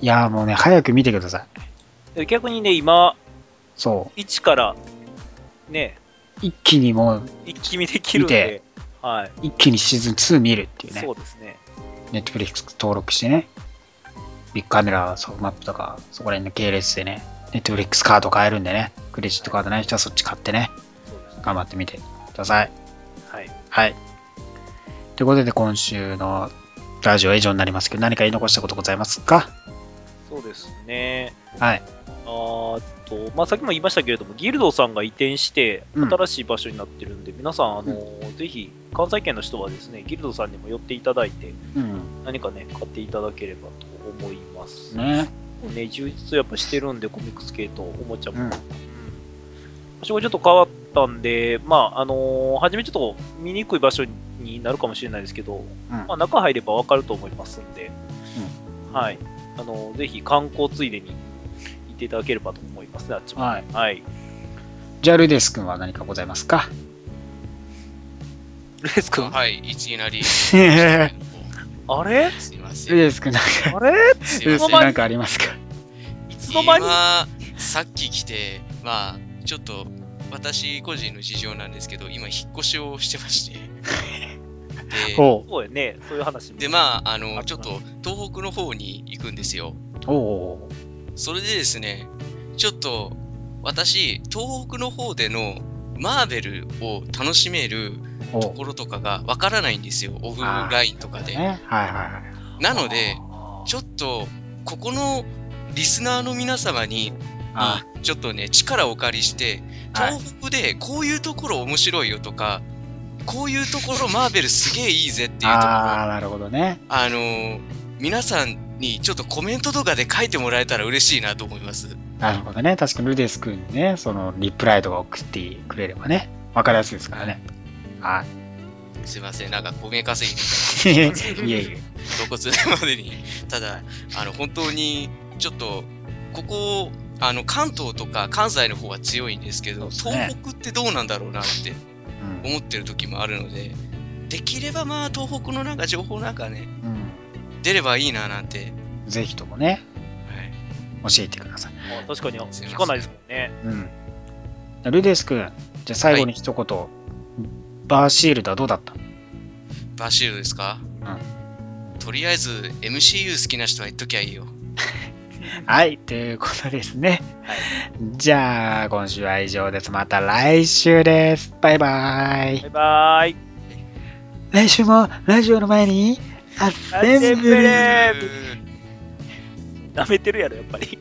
Speaker 2: いやもうね早く見てください
Speaker 3: うん。逆にね、今、
Speaker 2: そ
Speaker 3: 1から、ね、
Speaker 2: う一気にもう
Speaker 3: 一気見できるんで、はい、
Speaker 2: 一気にシーズン2見るっていうね
Speaker 3: そうですね。
Speaker 2: ネットフリックス登録してね、ビッグカメラ、ソフトマップとか、そこら辺の系列でね、ネットフリックスカード買えるんでね、クレジットカードない人はそっち買ってね、
Speaker 3: そうですね。
Speaker 2: 頑張ってみてください。
Speaker 3: はい。
Speaker 2: はい。ということで、今週のラジオは以上になりますけど、何か言い残したことございますか
Speaker 3: そうですね。
Speaker 2: はい。
Speaker 3: あーっと、まあ、さっきも言いましたけれども、ギルドさんが移転して、
Speaker 2: うん
Speaker 3: 新しい場所になってるんで、皆さん、あのーぜひ、関西圏の人はですね、ギルドさんにも寄っていただいて、
Speaker 2: うん。
Speaker 3: 何かね、買っていただければと思います。
Speaker 2: ね。
Speaker 3: もうね、充実やっぱしてるんで、コミックス系とおもちゃも。
Speaker 2: う
Speaker 3: うん
Speaker 2: ん。
Speaker 3: 場所がちょっと変わったんで、まあ、あのー初めちょっと見にくい場所になるかもしれないですけど、まあ、中入ればわかると思いますんで、はい。あのーぜひ観光ついでに行っていただければと思いますね、あっちも。
Speaker 2: はい。
Speaker 3: はい。
Speaker 2: じゃあ、ルイデス君は何かございます か
Speaker 3: レス君
Speaker 4: はい、いき なり。
Speaker 2: ルイデ
Speaker 3: あれ
Speaker 4: すいません。
Speaker 2: ス君なんか、
Speaker 3: あれ
Speaker 4: すい
Speaker 2: ルイデス
Speaker 4: ませ
Speaker 2: 君
Speaker 4: ん。
Speaker 2: なんかありますか
Speaker 3: いつの間に
Speaker 4: 今、さっき来て、まあ、ちょっと、私個人の事情なんですけど、今、引っ越しをして まして。で、
Speaker 2: おう
Speaker 3: そうやね、そういう話も
Speaker 4: でまあ、あの、ちょっと、東北の方に行くんですよ。
Speaker 2: おう
Speaker 4: それでですね、ちょっと、私、東北の方での、マーベルを楽しめる
Speaker 2: おう
Speaker 4: と
Speaker 2: おう
Speaker 4: ころとかがわからないんですよ、オフラインとかで。
Speaker 2: ね。はいはいはい。
Speaker 4: なので、
Speaker 3: あー
Speaker 4: ちょっと、ここのリスナーの皆様に、
Speaker 2: あ
Speaker 4: ちょっとね、力をお借りして、
Speaker 2: はい
Speaker 4: 東北でこういうところ面白いよとか、こういうところマーベルすげえいいぜっていうところ、
Speaker 2: あ
Speaker 4: あ
Speaker 2: ー、なるほどね。
Speaker 4: のー皆さんにちょっとコメントとかで書いてもらえたら嬉しいなと思います。
Speaker 2: なるほどね。確かにルイデス君にね、そのリプライとか送ってくれればね、わかりやすいですからね。はい。
Speaker 4: すいません、なんかごめん稼ぎみ
Speaker 2: い えいえ。
Speaker 4: たいな、露骨までに。ただ、あの、本当に、ちょっと、ここ、あの、関東とか関西の方は強いんですけど、
Speaker 2: そうですね
Speaker 4: 東北ってどうなんだろうなって
Speaker 2: うん
Speaker 4: 思ってる時もあるので、できればまあ、東北のなんか情報なんかね、
Speaker 2: う
Speaker 4: 出ればいいななんて、
Speaker 2: ん、ぜひともね、
Speaker 4: はい、
Speaker 2: 教えてください。
Speaker 3: あ確かに聞かないですもんね。
Speaker 2: うん。ルデス君、じゃあ最後に一言、バーシールドはどうだった
Speaker 4: バーシールドですか、とりあえず MCU 好きな人は言っときゃいいよ。
Speaker 2: はい、ということですね。じゃあ、今週は以上です。また来週です。バイバイ
Speaker 3: バイ。バーイ。
Speaker 2: 来週もラジオの前に、アッ
Speaker 3: ア
Speaker 2: セ
Speaker 3: ッセ
Speaker 2: ン
Speaker 3: ン
Speaker 2: ブ
Speaker 3: ブ
Speaker 2: リ
Speaker 3: リ
Speaker 2: ー
Speaker 3: えー舐めてるやろ、やっぱり。